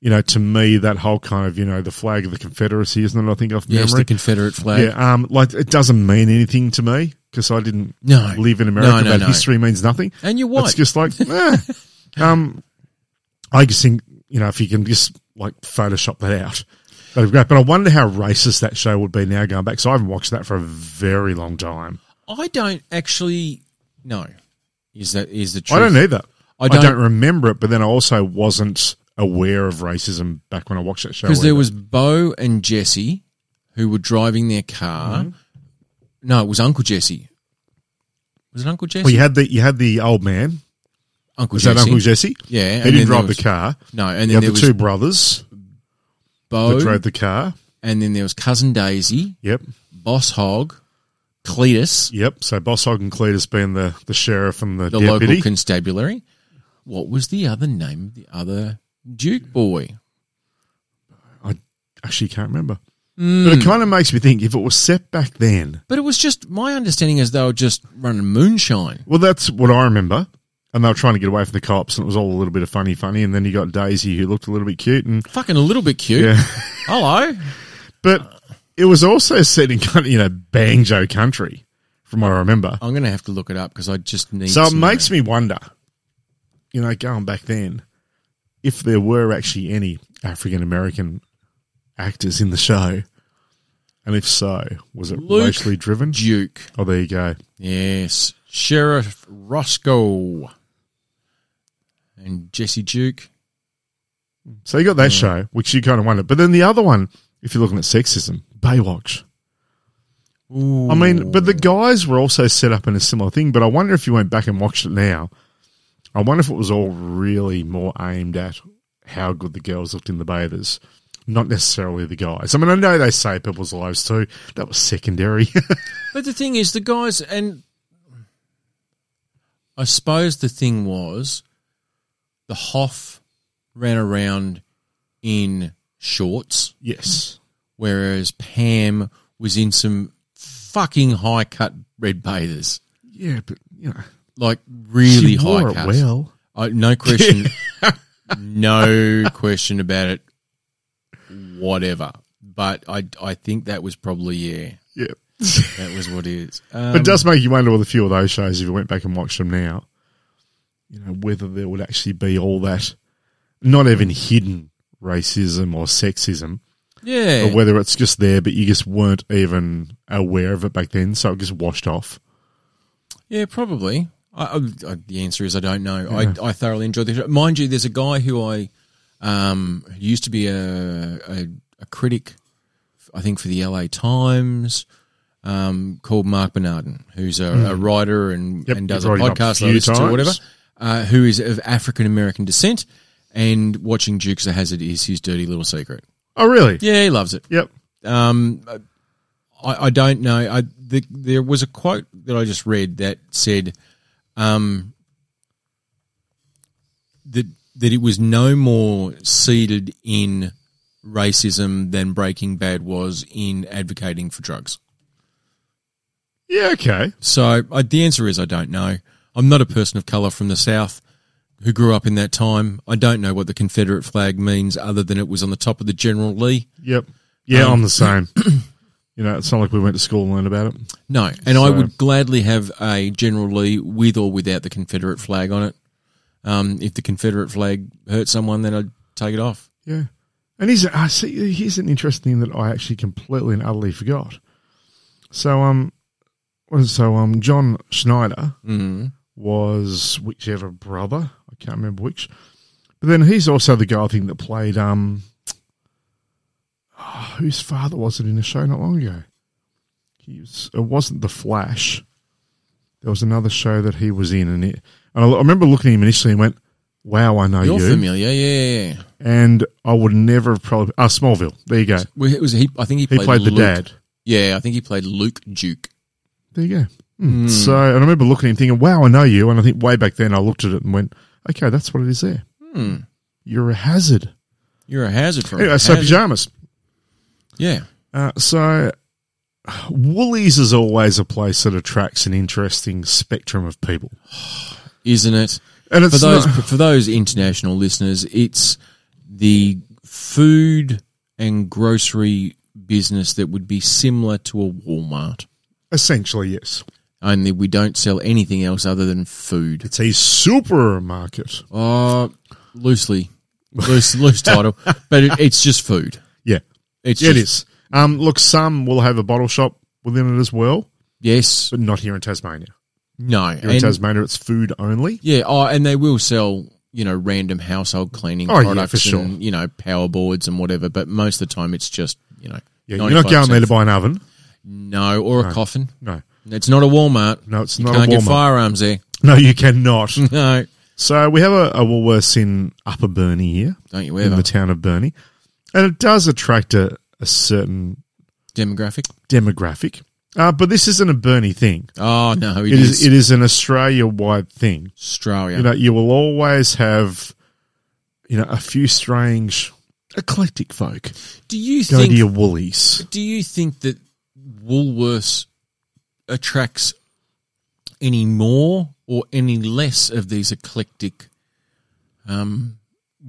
you know, to me, that whole kind of you know, the flag of the Confederacy, isn't it? I think off
Yes,
memory.
the Confederate flag.
yeah, um, like it doesn't mean anything to me because I didn't
No.
live in America.
No, no,
that
no.
history means nothing.
And you're
It's
white.
just like, eh. um, I just think you know if you can just like Photoshop that out. That'd be great, but I wonder how racist that show would be now going back. So I haven't watched that for a very long time.
I don't actually know. Is that is the truth?
I don't either.
I
I
don't-
don't, remember it, but then I also wasn't aware of racism back when I watched that show.
Because there
either.
was Bo and Jesse
Mm-hmm.
who were driving their car. No, it was Uncle Jesse. Was it Uncle Jesse?
Well, you had the you had the old man.
Uncle
Oh, Was
Jesse.
that Uncle Jesse?
Yeah, and
He
then
didn't drive
there was-
the car.
No, and
You
then
had
there
the
was
two brothers
Bo,
that drove the car.
and then there was cousin Daisy,
Yep,
Boss Hog, Cletus,
yep. So Boss Hogg and Cletus being the, the sheriff and the,
the
deputy.
local constabulary. What was the other name of the other Duke boy?
I actually can't remember.
Hmm.
But it kind of makes me think if it was set back then.
But it was just my understanding is they were just running moonshine.
Well, that's what I remember. And they were trying to get away from the cops, and it was all a little bit of funny, funny. And then you got Daisy, who looked a little bit cute, and
Fucking a little bit cute.
yeah.
Hello.
But it was also set in kind of you know banjo country, from what I remember.
I'm going to have to look it up because I just need
So it
some-
makes me wonder, you know, going back then, if there were actually any African American actors in the show, and if so, was it
Luke
racially driven?
Duke.
Oh, there you go.
Yes. Sheriff Roscoe and Jesse Duke.
So you got that show, which you kind of wonder. But then the other one, if you're looking at sexism, Baywatch.
Ooh.
I mean, but the guys were also set up in a similar thing. But I wonder if you went back and watched it now. I wonder if it was all really more aimed at how good the girls looked in the bathers, not necessarily the guys. I mean, I know they say people's lives too. That was secondary.
But the thing is, the guys, and I suppose the thing was the Hoff ran around in shorts,
yes.
whereas Pam was in some fucking high cut red bathers.
Yeah, but you know,
Like really
she wore
high
it
cut.
well.
I, no question. no question about it. Whatever. But I, I think that was probably, yeah,
Yeah,
that was what it is.
but
Um,
it does make you wonder with a few of those shows if you went back and watched them now, you know, whether there would actually be all that, not even hidden racism or sexism.
yeah.
or whether it's just there, but you just weren't even aware of it back then, so it just washed off.
Yeah, probably. I, I, I, the answer is I don't know. I, I thoroughly enjoyed the show. Mind you, there's a guy who I um, who used to be a, a, a critic, I think, for the LA Times, um, called Mark Bernardin, who's a, a writer and,
Hmm. Yep,
and does a
you've brought him up
podcast
a
I
few
listen to,
times.
whatever, uh, who is of African American descent. And watching Dukes of Hazard is his dirty little secret.
Oh, really?
Yeah, he loves it.
Yep.
Um, I, I don't know. I the, there was a quote that I just read that said, um, that that it was no more seeded in racism than Breaking Bad was in advocating for drugs.
Yeah. Okay.
So I, the answer is I don't know. I'm not a person of color from the south who grew up in that time. I don't know what the Confederate flag means other than it was on the top of the General Lee.
Yep. Yeah,
Um,
I'm the same. you know, it's not like we went to school and learned about it.
No, and I
So-
would gladly have a General Lee with or without the Confederate flag on it. Um, if the Confederate flag hurt someone, then I'd take it off.
Yeah. And here's, I see, here's an interesting thing that I actually completely and utterly forgot. So, um, what is- so um, John Schneider
Mm.
was whichever brother I can't remember which, but then he's also the guy I think that played um, oh, whose father was it in a show not long ago? He was, it wasn't the Flash. There was another show that he was in, and it, and I, I remember looking at him initially and went, "Wow, I know
You're
you."
familiar, yeah.
And I would never have probably ah Smallville. There you go.
Well, it was he? I think he
He
played,
played, the
Luke-
dad.
Yeah, I think he played Luke Duke.
There you go. Hmm. So and I remember looking at him thinking, "Wow, I know you." And I think way back then I looked at it and went, "Okay, that's what it is." There,
Hmm.
you're a hazard.
You're a hazard for
Anyway,
a
so
hazard.
pajamas.
Yeah,
Uh, so Woolies is always a place that attracts an interesting spectrum of people,
isn't it?
and
For
it's
those
not-
for those international listeners, it's the food and grocery business that would be similar to a Walmart.
essentially yes.
Only we don't sell anything else other than food.
It's a supermarket.
Uh, loosely, loose, loose title, but it, it's just food.
Yeah,
It's
yeah, it
just,
is. Um, look, some will have a bottle shop within it as well,
Yes,
but not here in Tasmania.
no,
Here in
and-
Tasmania, it's food only.
yeah. Oh, and they will sell you know random household cleaning
Oh, yeah, for
products
sure.
and you know power boards and whatever. But most of the time, it's just you know
Yeah, you're not going there to buy an oven.
no, or a coffin.
No.
It's not a Walmart.
No, it's
you
not a
can't get
Walmart.
firearms there.
No, you cannot.
No,
so we have a, a Woolworths in Upper Burnie here,
don't you
in
ever.
the town of Burnie, and it does attract a, a certain
Demographic.
demographic. Uh, but this isn't a Burnie thing.
Oh no,
It is, it is an Australia wide thing.
Australia.
You know, you will always have, you know, a few strange eclectic folk
do you
go
think?
to your Woolies.
do you think that Woolworths attracts any more or any less of these eclectic um,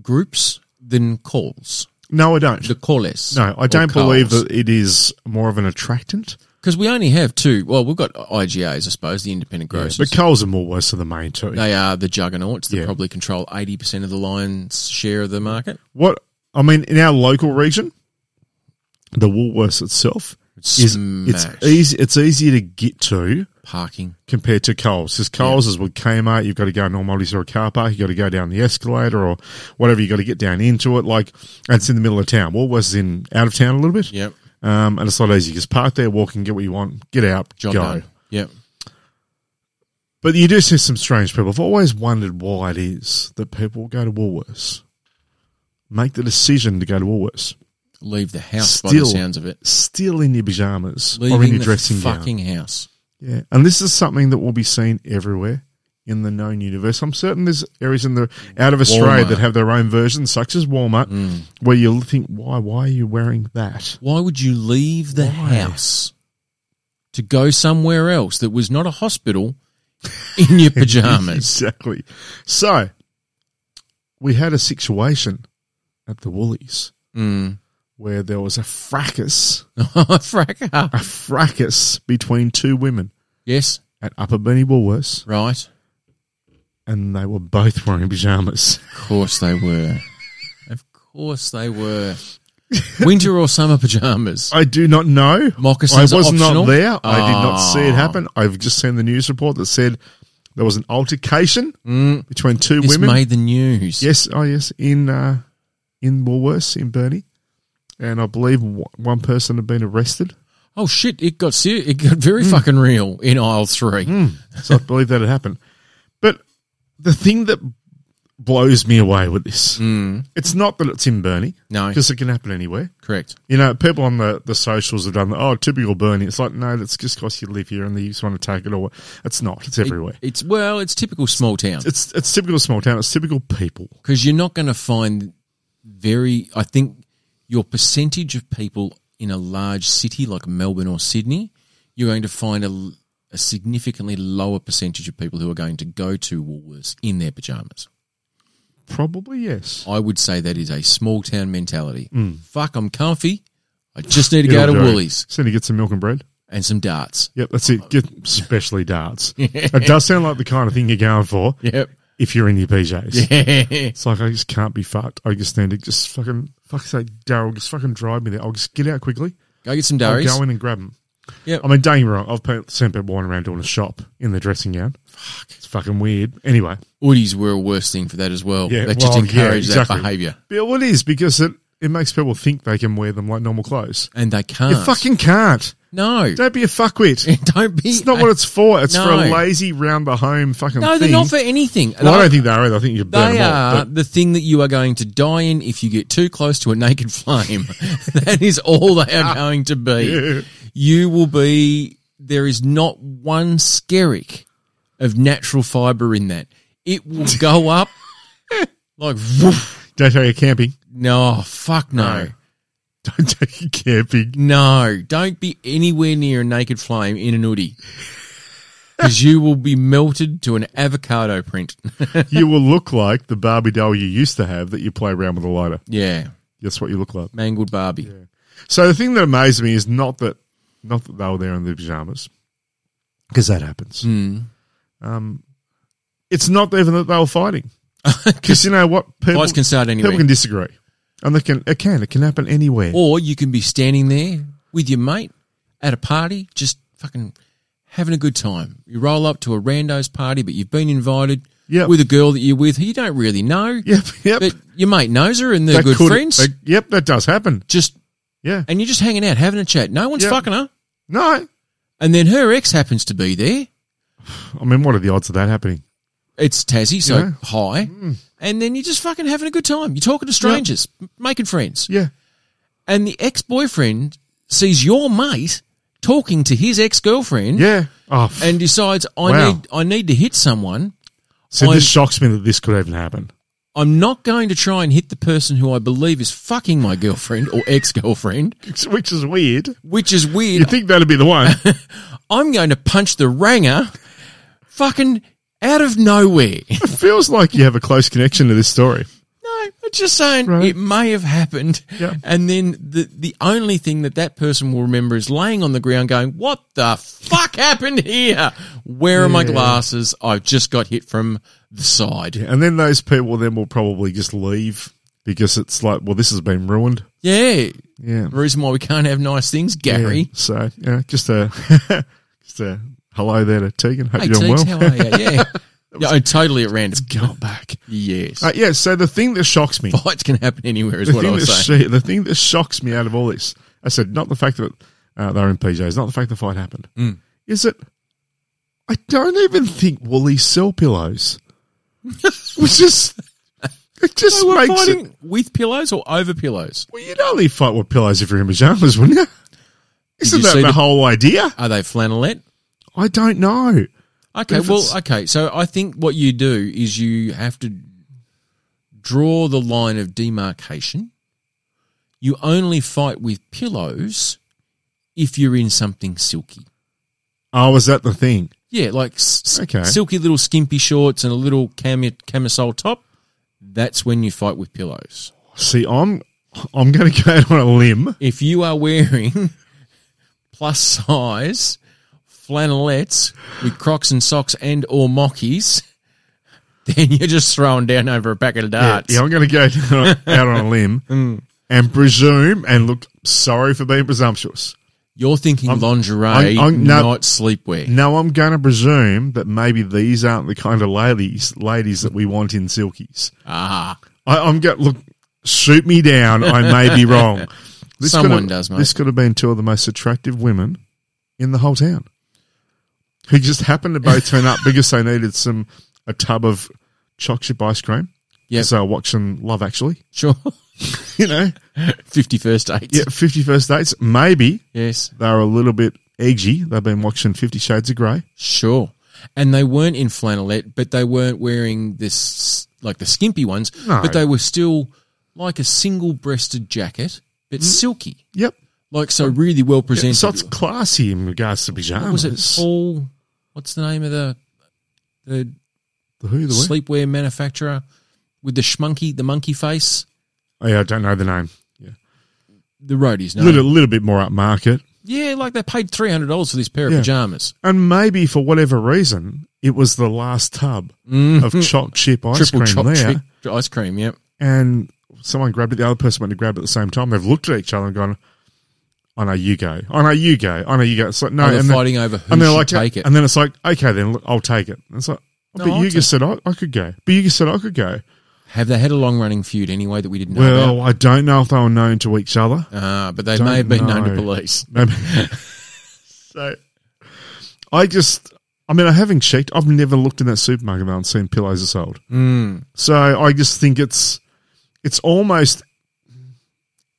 groups than calls?
No, I don't.
The callers.
No, I don't believe that it is more of an attractant.
because we only have two. Well, we've got IGAs, I suppose, the independent grocers.
But Coles and Woolworths are the main two.
They are the juggernauts that
Yeah.
probably control 80% of the lion's share of the market.
What I mean in our local region, the Woolworths itself is
Smash.
it's easy. It's easier to get to
Parking.
compared to Coles. Because Coles is with Kmart. You've got to go in a multi-story car park. You've got to go down the escalator or whatever. You've got to get down into it. Like and it's in the middle of town. Woolworths is in out of town a little bit.
Yep.
Um, and it's a lot easier. Just park there, walk and get what you want. Get out,
Job
go.
done. Yep.
But you do see some strange people. I've always wondered why it is that people go to Woolworths, make the decision to go to Woolworths,
Leave the house by the
Still
sounds of it.
still in your pajamas
Leaving
or in your
the
dressing gown.
fucking house.
Yeah, and this is something that will be seen everywhere in the known universe. I'm certain there's areas in the out of
Walmart.
Australia
Hmm.
that have their own version, such as Walmart, where you'll think, why, why are you wearing that?
Why would you leave the
Why?
house to go somewhere else that was not a hospital in your pajamas?
Exactly. So we had a situation at the Woolies
mm.
where there was a fracas,
Fracker.
a fracas between two women
Yes,
at Upper Burnie Woolworths,
right.
and they were both wearing pajamas.
Of course they were. of course they were. Winter or summer pajamas?
I do not know.
Moccasins
I was
are optional?
not there. I did not see it
Ah.
happen. I've just seen the news report that said there was an altercation
Mm.
between two
This
women.
made the news.
yes, oh yes, in uh, in Woolworths in Burnie, and I believe w- one person had been arrested.
Oh shit! It got ser- it got
Mm.
very fucking real in aisle three.
So I believe that had happened. But the thing that blows me away with this,
Hmm.
it's not that it's in Burnie
No,
because it can happen anywhere.
correct.
You know, people on the, the socials have done the oh typical Burnie. It's like no, that's just because you live here and you just want to take it all. It's not. It's everywhere.
It's well, it's typical small town
it's it's typical small town. It's typical people.
because you're not going to find very. I think your percentage of people in a large city like Melbourne or Sydney, you're going to find a, a significantly lower percentage of people who are going to go to Woolworths in their pajamas.
Probably yes.
I would say that is a small town mentality.
Hmm.
Fuck, I'm comfy. I just need to go to
It'll do.
Woolies
Just need to get some milk and bread.
and some darts.
Yep, that's it. Get especially darts. It does sound like the kind of thing you're going for
Yep.
if you're in your PJs.
Yeah.
It's like I just can't be fucked. I just need to just fucking fuck sake, Daryl, just fucking drive me there. I'll just get out quickly.
Go get some
I'll
durries.
go in and grab them.
Yep.
I mean, don't get me wrong. I've pe- seen people walking around doing a shop in their dressing gown. Fuck. It's fucking weird. Anyway,
Hoodies were a worse thing for that as well.
Yeah,
that just
well, yeah,
encouraged
exactly.
that behaviour.
but well, it is because it it makes people think they can wear them like normal clothes.
And they
You
can't.
fucking can't.
no.
Don't be a fuckwit.
Don't be.
It's not what it's for. It's for a
No.
lazy round the home fucking
No, they're
thing.
not for anything.
well, I don't think they are. Either. I think you burn
they
them all.
are
But
the thing that you are going to die in if you get too close to a naked flame. that is all they are going to be.
Yeah.
You will be. There is not one skerrick of natural fibre in that. It will go up like. woof.
don't take you camping.
No, fuck no.
No. Don't take you camping.
No, don't be anywhere near a naked flame in an hoodie. Because you will be melted to an avocado print.
you will look like the Barbie doll you used to have that you play around with a lighter.
yeah,
That's what you look like.
mangled Barbie.
So the thing that amazed me is not that not that they were there in their pajamas because that happens.
Mm.
Um, it's not even that they were fighting because you know what people,
Fights can start anywhere.
people can disagree and they can it can it can happen anywhere.
or you can be standing there with your mate at a party, just fucking having a good time. You roll up to a rando's party, but you've been invited
Yep.
with a girl that you're with who you don't really know,
Yep, yep.
but your mate knows her and they're
That
good
could-
friends.
that- yep, that does happen.
just
Yeah.
and you're just hanging out, having a chat. No one's
Yep.
fucking her.
No,
And then her ex happens to be there.
I mean, what are the odds of that happening?
It's Tassie, so
Yeah. Mm.
hi. And then you're just fucking having a good time. You're talking to strangers, m- making friends.
Yeah.
And the ex boyfriend sees your mate talking to his ex girlfriend
Yeah. Oh, f-
and decides, I,
Wow.
need, I need to hit someone.
so
I'm-
this shocks me that this could even happen.
I'm not going to try and hit the person who I believe is fucking my girlfriend or ex girlfriend,
Which is weird.
which is weird.
You'd think that'd be the one.
I'm going to punch the ranger fucking out of nowhere.
it feels like you have a close connection to this story.
no, I'm just saying
Right.
it may have happened.
Yeah.
And then the, the only thing that that person will remember is laying on the ground going, What the fuck happened here? Where are my glasses? I've just got hit from the side. Yeah.
And then those people then will probably just leave because it's like, well, this has been ruined. Yeah.
The reason why we can't have nice things, Gary.
Yeah. So yeah, just a just a hello there to Tegan. Hope
Hey,
you're doing
Teagues,
well.
how are you? Yeah. yeah, oh, totally at random.
Go back.
Yes.
Uh, yeah. So the thing that shocks me,
Fights can happen anywhere, is
the
what I
thing that
was saying.
sh- the thing that shocks me out of all this, I said, not the fact that uh, they're in PJs, not the fact the fight happened,
Mm.
is that I don't even think Woolies sell pillows, which is it just
They were
makes
fighting
it.
with pillows or over pillows?
Well, you'd only fight with pillows if you're in pajamas, wouldn't you? Isn't
you
that
see
the,
the-
whole idea?
Are they flannelette?
I don't know.
Okay,
If
well,
it's-
okay. So I think what you do is you have to draw the line of demarcation. You only fight with pillows if you're in something silky.
Oh, was that the thing?
Yeah, like s-
Okay.
silky little skimpy shorts and a little cami- camisole top. That's when you fight with pillows.
See, I'm I'm going to go out on a limb.
if you are wearing plus size flannelettes with crocs and socks and or mockies, then you're just thrown down over a pack of darts.
Uh, Yeah, I'm going to go out on a limb
Mm.
and presume and look sorry for being presumptuous.
You're thinking lingerie,
I'm- I'm- no.
not sleepwear.
No, I'm going to presume that maybe these aren't the kind of ladies ladies that we want in silkies.
Ah,
I, I'm going look shoot me down. I may be wrong. could
Someone
have-
does, mate.
This could have been two of the most attractive women in the whole town, who just happened to both turn up because they needed some a tub of chocolate chip ice cream.
Yep.
so watching Love Actually.
sure.
you know,
51st dates.
yeah, Fifty First Dates. Maybe
Yes,
they're a little bit edgy. They've been watching Fifty Shades of Grey.
sure. And they weren't in flannelette, but they weren't wearing this, like the skimpy ones,
No.
but they were still like a single breasted jacket, but
Mm.
silky.
Yep.
Like, so really well presented.
So it's classy in regards to
What
pajamas.
was it Paul? What's the name of the the
The who the what?
sleepwear manufacturer with the schmunky, the monkey face?
Oh, yeah, I don't know the name. Yeah,
The roadies,
a
no,
little, little bit more upmarket,
yeah, like they paid three hundred dollars for this pair of
Yeah.
pajamas,
and maybe for whatever reason, it was the last tub of choc chip ice
Mm-hmm. triple
cream
chop
there,
chip ice cream. Yep,
and someone grabbed it. The other person went to grab it at the same time. They've looked at each other and gone, "I know you go. I know you go. I know you go." It's like no,
and
and
they're
then-
fighting over who
and
should
they're like,
take it.
and then it's like, okay, then look, I'll take it. And it's like, "Oh, but
I'll
you
take
just said I, I could go. But you just said I could go.
Have they had a long running feud anyway that we didn't know
Well, I don't know if they were known to each other.
about? Uh, but they
don't
may have been known to
know.
police.
Maybe. so, I just, I mean, I haven't checked. I've never looked in that supermarket though and seen pillows are sold. So I just think it's, it's almost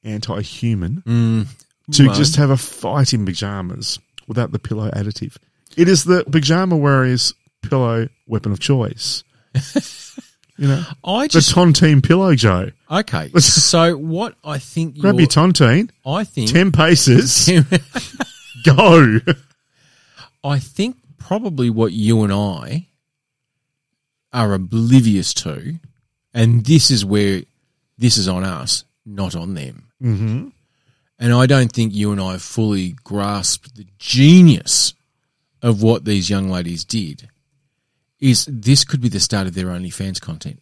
anti-human to
Right.
just have a fight in pajamas without the pillow additive. It is the pajama wearer's pillow weapon of choice. you know,
I
the
just
tontine pillow, Joe.
okay. so what I think
Grab your
you're,
tontine,
I think
ten paces, go.
I think probably what you and I are oblivious to, and this is where this is on us, not on them. Mm-hmm. And I don't think you and I have fully grasped the genius of what these young ladies did. Is this could be the start of their OnlyFans content?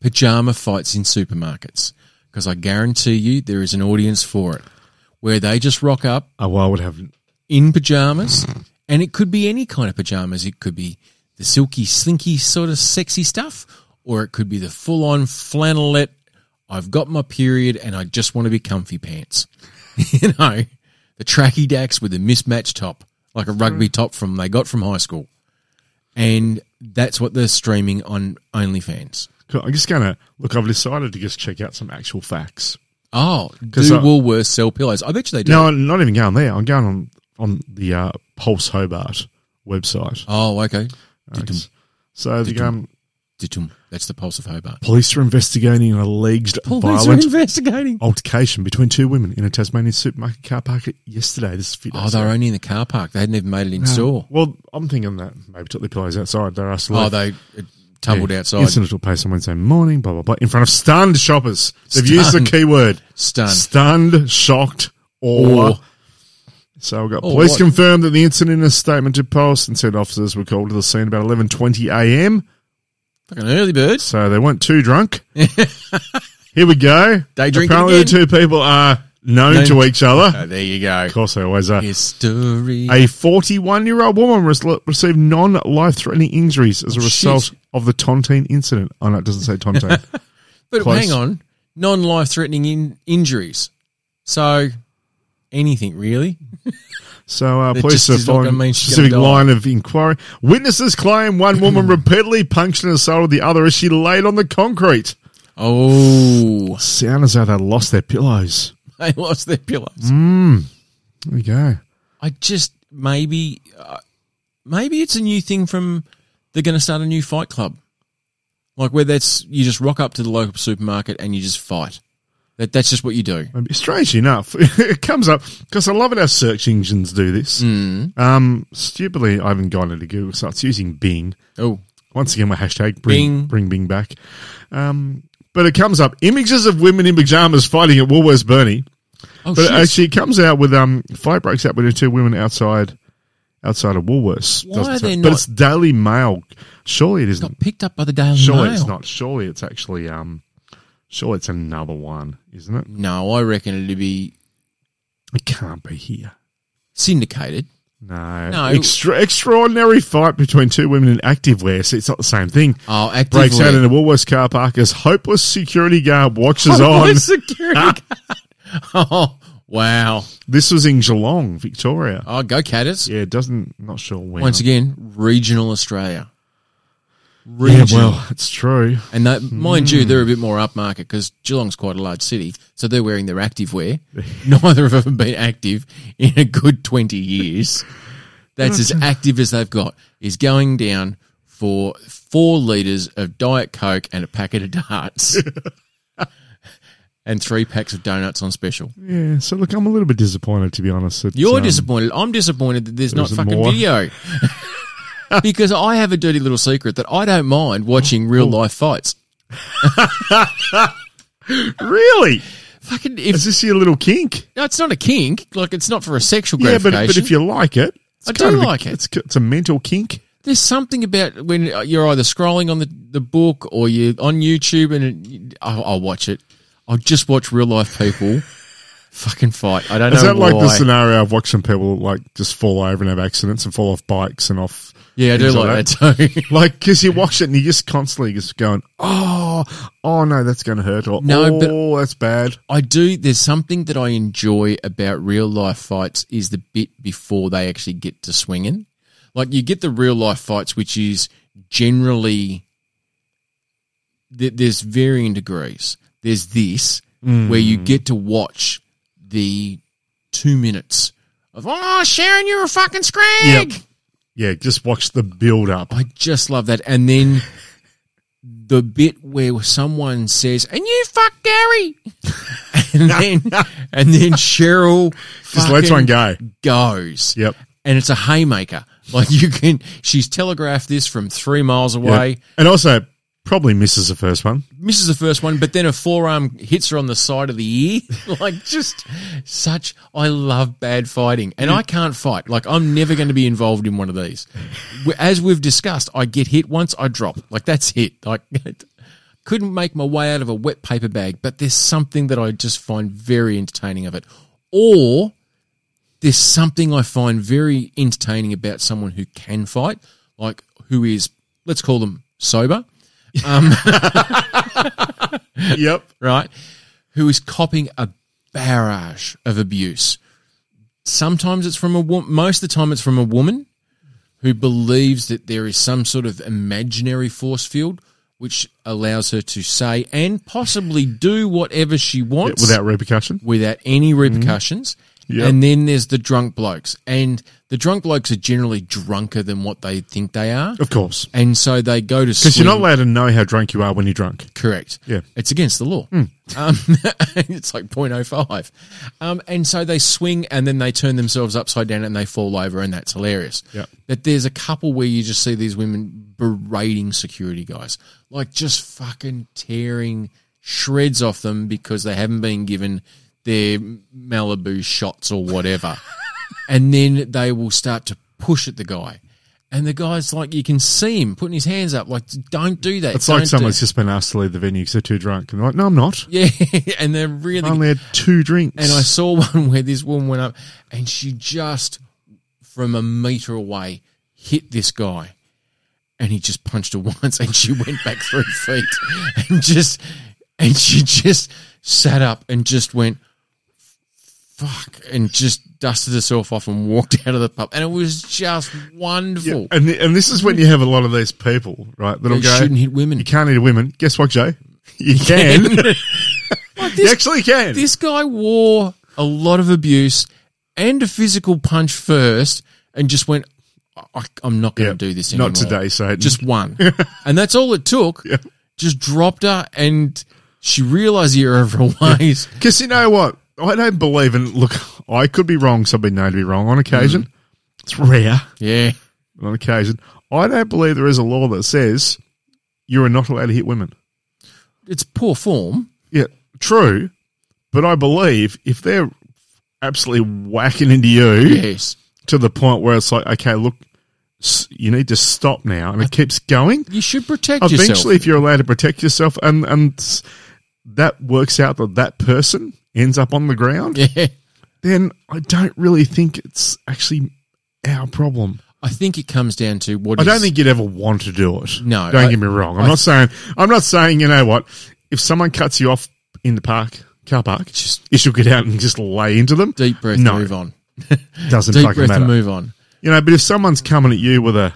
Pajama fights in supermarkets, because I guarantee you there is an audience for it, where they just rock up
Oh, well, I would have.
in pajamas, and it could be any kind of pajamas. It could be the silky, slinky, sort of sexy stuff, or it could be the full on flannelette. I've got my period and I just want to be comfy pants. you know, the tracky dacks with a mismatched top, like a rugby top from they got from high school, and that's what they're streaming on OnlyFans.
Cool. I'm just gonna look. I've decided to just check out some actual facts.
Oh, do
'Cause I-
Woolworths sell pillows? I bet you they do.
No, I'm not even going there. I'm going on on the uh, Pulse Hobart website.
Oh, okay. Ditum,
So the um,
ditum. That's the pulse of Hobart.
police are investigating an alleged
Police are
violent
investigating.
altercation between two women in a Tasmanian supermarket car park yesterday. This is a few
Oh,
days
they're
ago.
only in the car park. They hadn't even made it in store.
Well, I'm thinking that maybe took their pillows outside. They're asked.
Oh, they it tumbled outside.
Incident took place on Wednesday morning. Blah blah blah. In front of stunned shoppers. They've used the
Stunned.
keyword
Stunned.
stunned, shocked, or.
Or-
So we got
Or
police
Oh, what?
confirmed that the incident in a statement to Pulse and said officers were called to the scene about 11:20 a.m.
Fucking early birds.
So they weren't too drunk. Here we go.
They drink it
Apparently, the
again.
two people are known
Known
to
to-
each other.
Oh, there you go.
Of course, they always are.
History.
A 41 year old woman re- received non life threatening injuries as a result
Oh, shit.
of the tontine incident. Oh, no, it doesn't say tontine.
but
close.
hang on, non-life threatening in- injuries. So anything really?
so, uh,
That
police
just
are
is not gonna
following
mean
a
she's gonna
specific
die.
line of inquiry. Witnesses claim one woman repeatedly punched and assaulted the other as she laid on the concrete.
Oh,
Sound as though they lost their pillows.
they lost their pillows.
There we go.
I just maybe, uh, maybe it's a new thing from they're going to start a new fight club, like where that's you just rock up to the local supermarket and you just fight. That that's just what you do.
Maybe- Strangely enough, it comes up because I love it how search engines do this.
Hmm.
Um, stupidly, I haven't gone into Google, so it's using Bing.
Oh,
Once again, my hashtag bring
Bing.
bring Bing back. Um, but it comes up images of women in pajamas fighting at Woolworths Bernie.
oh
But
shit!
actually, it comes out with um, fight breaks out between two women outside outside of Woolworths.
Why are they
but
not-
it's Daily Mail. Surely it isn't.
got picked up by the Daily
Surely
Mail.
it's not. Surely it's actually um. Surely it's another one, isn't it?
No, I reckon it'd be
It can't be here.
syndicated.
No.
No.
Extra, extraordinary fight between two women in activewear. So it's not the same thing.
Oh, active
Breaks out
wear.
in a Woolworths car park as hopeless security guard watches
My
on.
Oh, security guard. Oh wow!
This was in Geelong, Victoria.
Oh, go Caddis.
Yeah, it doesn't. Not sure when.
Once again, regional Australia.
yeah,
Regional.
well, it's true.
And that, mind you, they're a bit more upmarket because Geelong's quite a large city, so they're wearing their active wear. Neither have ever been active in a good twenty years. That's as active as they've got. Is going down for four liters of Diet Coke and a packet of darts, and three packs of donuts on special.
Yeah. So look, I'm a little bit disappointed to be honest. It's,
You're
um,
disappointed. I'm disappointed that there's not
isn't
fucking
more.
video. because I have a dirty little secret that I don't mind watching real life fights.
Really?
Fucking
Is
if
this your little kink?
no, it's not a kink, like it's not for a sexual
Yeah,
gratification.
but but if you like it, it's
I do
kind of a-
like it.
It's it's a mental kink.
there's something about when you're either scrolling on the, the book or you're on YouTube and it, I'll, I'll watch it. I'll just watch real life people fucking fight. I don't
Is
know
that like
why.
the scenario I've watched some people like just fall over and have accidents and fall off bikes and off?
yeah, I do
things
like that too.
Like, because you watch it and you're just constantly just going, oh, oh no, that's going to hurt, or
No, but-
oh, that's bad.
I do. There's something that I enjoy about real life fights is the bit before they actually get to swinging. Like you get the real life fights, which is generally th- there's varying degrees. There's this where you get to watch the two minutes of oh Sharon, you're a fucking scrag.
Yep. Yeah, just watch the build up.
I just love that. And then the bit where someone says, "And you fuck Gary," and then and then Cheryl
Just lets
fucking
one go.
goes.
Yep.
and it's a haymaker. Like you can, she's telegraphed this from three miles away.
Yep. And also, probably misses the first one.
Misses the first one, but then a forearm hits her on the side of the ear. like just such. I love bad fighting, and I can't fight. Like I'm never going to be involved in one of these. We- As we've discussed, I get hit once, I drop. Like that's it. Like. Couldn't make my way out of a wet paper bag, but there's something that I just find very entertaining of it. Or there's something I find very entertaining about someone who can fight, like who is, let's call them sober,
yep.
right? Who is copping a barrage of abuse sometimes it's from a woman. Most of the time, it's from a woman who believes that there is some sort of imaginary force field which allows her to say and possibly do whatever she wants
without Mm-hmm. repercussion.
without any repercussions.
Yep.
And then there's the drunk blokes, and the drunk blokes are generally drunker than what they think they are,
Of course.
and so they go to
Because you're
swing-
not allowed to know how drunk you are when you're drunk.
Correct.
Yeah. Hmm.
It's against the law. Um, it's like 0.05. Um, and so they swing and then they turn themselves upside down and they fall over, and that's hilarious.
Yeah.
But there's a couple where you just see these women berating security guys, like just fucking tearing shreds off them because they haven't been given their Malibu shots or whatever. and then they will start to push at the guy. And the guy's like, you can see him putting his hands up, like, don't do that.
It's like
don't do
someone's just been asked to leave the venue because they're too drunk. And they're like, no, I'm not.
yeah, and they're really.
I only had two drinks.
and I saw one where this woman went up and she just, from a meter away, hit this guy. And he just punched her once and she went back three feet and just, and she just sat up and just went, fuck, and just dusted herself off and walked out of the pub. And it was just
Yeah,
wonderful.
and, and this is when you have a lot of these people, right? That'll
They
go,
shouldn't hit women.
You can't hit women. Guess what, Joe? You can. you actually can.
this guy wore a lot of abuse and a physical punch first and just went I, i'm not going
Yep.
to do this anymore
Not today, Satan.
just one and that's all it took just dropped her and she realized you're over her ways
Because you know what? I don't believe in. Look, I could be wrong. So I've been known to be wrong on
Mm.
occasion. It's rare
yeah
but on occasion. I don't believe there is a law that says you are not allowed to hit women.
it's poor form
Yeah, true. But I believe if they're absolutely whacking into you
yes
to the point where it's like, okay, look, s- you need to stop now, and it keeps going.
you should protect
Eventually,
yourself
if you're allowed to protect yourself, and and s- that works out that that person ends up on the ground,
yeah
then I don't really think it's actually our problem.
i think it comes down to what
I don't
is-
think you'd ever want to do it.
No,
don't
I-
get me wrong. I'm not saying I'm not saying you know what. If someone cuts you off in the park car park,
Just-
you should get out and just lay into them.
deep breath
No.
move on
Doesn't
deep
fucking
breath and
matter.
move on
You know, but if someone's coming at you with a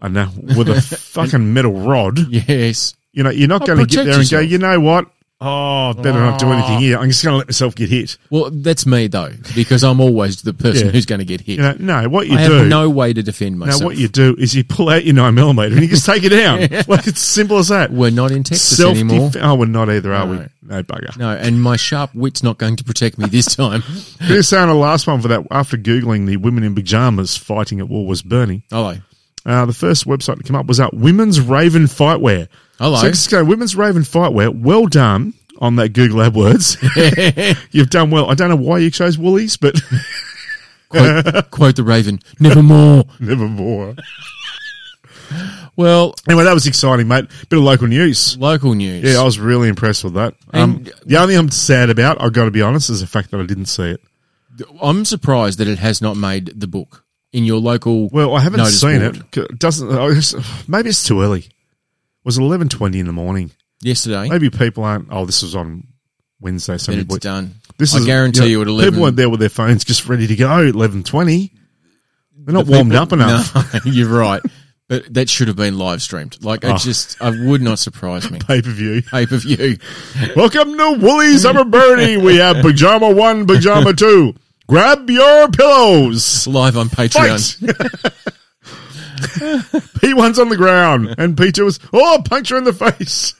I don't know with a fucking metal rod,
yes
you know, you're not
Oh,
going to get
protect
there and go.
yourself.
You know what? Oh, better not do anything here. I'm just going to let myself get hit.
well that's me though because i'm always the person
Yeah.
who's going to get hit
You know, no. What you
I
do?
have no way to defend
now,
myself.
what you do is you pull out your nine millimeter and you just take it down. Like it's simple as that.
We're not in Texas
Self
anymore.
defense. Oh, we're not either, are we?
No.
No bugger.
No, and my sharp wit's not going to protect me this time.
Here's saying the last one for that. After googling the women in pajamas fighting at war was burning.
Hello.
Uh, the first website to come up was that women's Raven Fightwear.
Hello.
So just go women's Raven Fightwear. Well done on that Google AdWords. You've done well. I don't know why you chose Woolies, but
Quote, quote the Raven, nevermore.
nevermore.
Well,
Anyway, that was exciting, mate. Bit of local news.
local news.
Yeah, I was really impressed with that. Um,
And-
the only thing I'm sad about, I've got to be honest, is the fact that I didn't see it.
I'm surprised that it has not made the book in your local.
Well, I haven't
notice
seen
board.
it. 'Cause it. Doesn't I just- maybe it's too early. It was eleven twenty in the morning.
yesterday.
Maybe people aren't. Oh, this was on Wednesday. So
then
maybe
it's done.
this
I
is
guarantee you at
People
11
weren't there with their phones just ready to go. Eleven twenty. They're not
The
warmed
people-
up enough.
No, you're right. But that should have been live streamed. Like,
Ah.
it just, I would not surprise me.
Pay per view.
Pay per view.
Welcome to Woolies Upper Birdie. We have pajama one, pajama two. Grab your pillows.
Live on Patreon.
Fight. P1's on the ground and P2 is, oh, puncture in the face.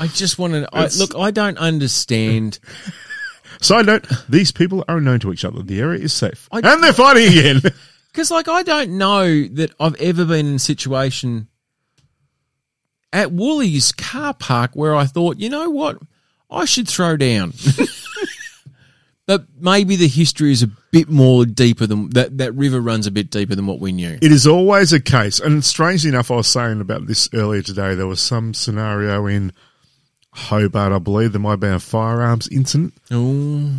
I just want to. I,
It's-
look, I don't understand.
Side note, these people are unknown to each other. The area is safe.
I-
and they're fighting again.
Because, like, I don't know that I've ever been in a situation at Woolies car park where I thought, you know what, I should throw down. but maybe the history is a bit more deeper than that. That river runs a bit deeper than what we knew.
It is always a case, and strangely enough, I was saying about this earlier today. There was some scenario in Hobart, I believe, there might have been a firearms incident
Oh,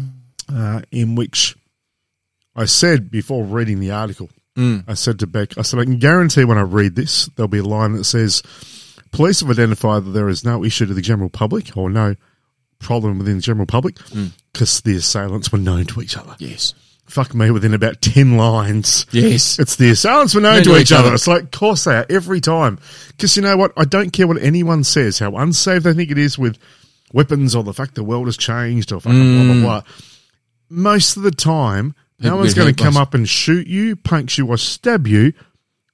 uh, in which I said before reading the article, I said to Beck, I said, I can guarantee when I read this, there'll be a line that says, Police have identified that there is no issue to the general public or no problem within the general public because the assailants were known to each other
yes.
fuck me, within about 10 lines.
Yes.
It's the assailants were known
Known
to each other. It's like, of course they are, every time. Because you know what? I don't care what anyone says, how unsafe they think it is with weapons or the fact the world has changed or fucking blah,
Mm.
blah, blah. Most of the time, no
People
one's
get
going
hit
to
by
come
s-
up and shoot you, punch you, or stab you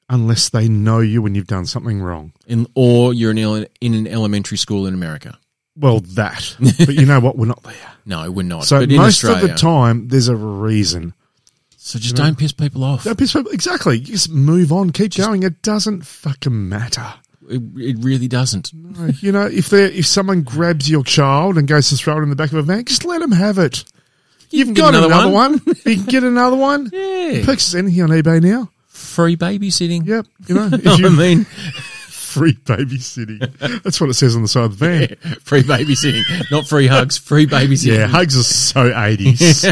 unless they know you and you've done something wrong.
In, or you're in, ele- in an elementary school in America.
Well, that. but you know what? We're not there.
No, we're not.
So
but in
most of
Australia.
the time, there's a reason.
So just don't piss people off.
Don't piss people- Exactly. You just move on, keep going. It doesn't fucking matter.
It, it really doesn't.
You know, if they if someone grabs your child and goes to throw it in the back of a van, just let them have it. You've
can get
got another,
another
one. you can get another one.
Yeah.
Purchase anything on eBay now.
Free babysitting.
Yep. You know,
You
if
know what I
you
mean?
free babysitting. That's what it says on the side of the van.
free babysitting. Not free hugs, free
Yeah,
babysitting.
hugs are so eighties.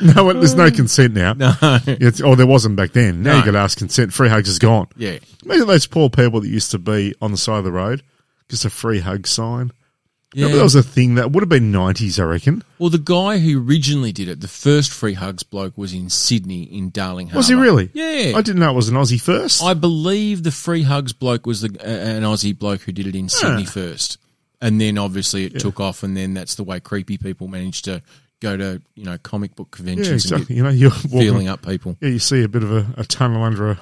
no, one- there's no consent now. No, it's, oh, there wasn't back then. Now
No.
you got to ask consent. Free hugs is gone.
Yeah.
Imagine those poor people that used to be on the side of the road, just a free hug sign.
Yeah.
Remember that was a thing that would have been nineties, I reckon.
Well, the guy who originally did it, the first free hugs bloke, was in Sydney in Darling Harbour.
Was he really?
Yeah.
I didn't know it was an Aussie first.
I believe the free hugs bloke was the, uh, an Aussie bloke who did it in Sydney first, and then obviously it took off, and then that's the way creepy people managed to go to you know comic book conventions
yeah,
and
exactly. You know, you're
get
walking,
feeling up people.
Yeah, you see a bit of a, a tunnel under a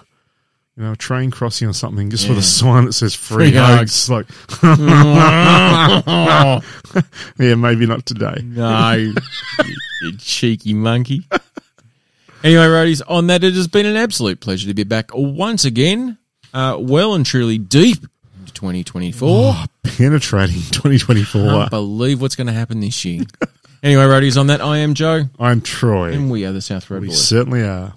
you know, a train crossing or something, just with a sign that says free,
Free
hugs. Like Yeah, maybe not today.
No, you, you cheeky monkey. Anyway, roadies, on that, it has been an absolute pleasure to be back once again, uh, well and truly deep into 2024.
Oh, penetrating 2024.
Can't believe what's going to happen this year. anyway, roadies, on that, I am Joe,
I'm Troy.
and we are the South Road
We
Boys.
certainly are.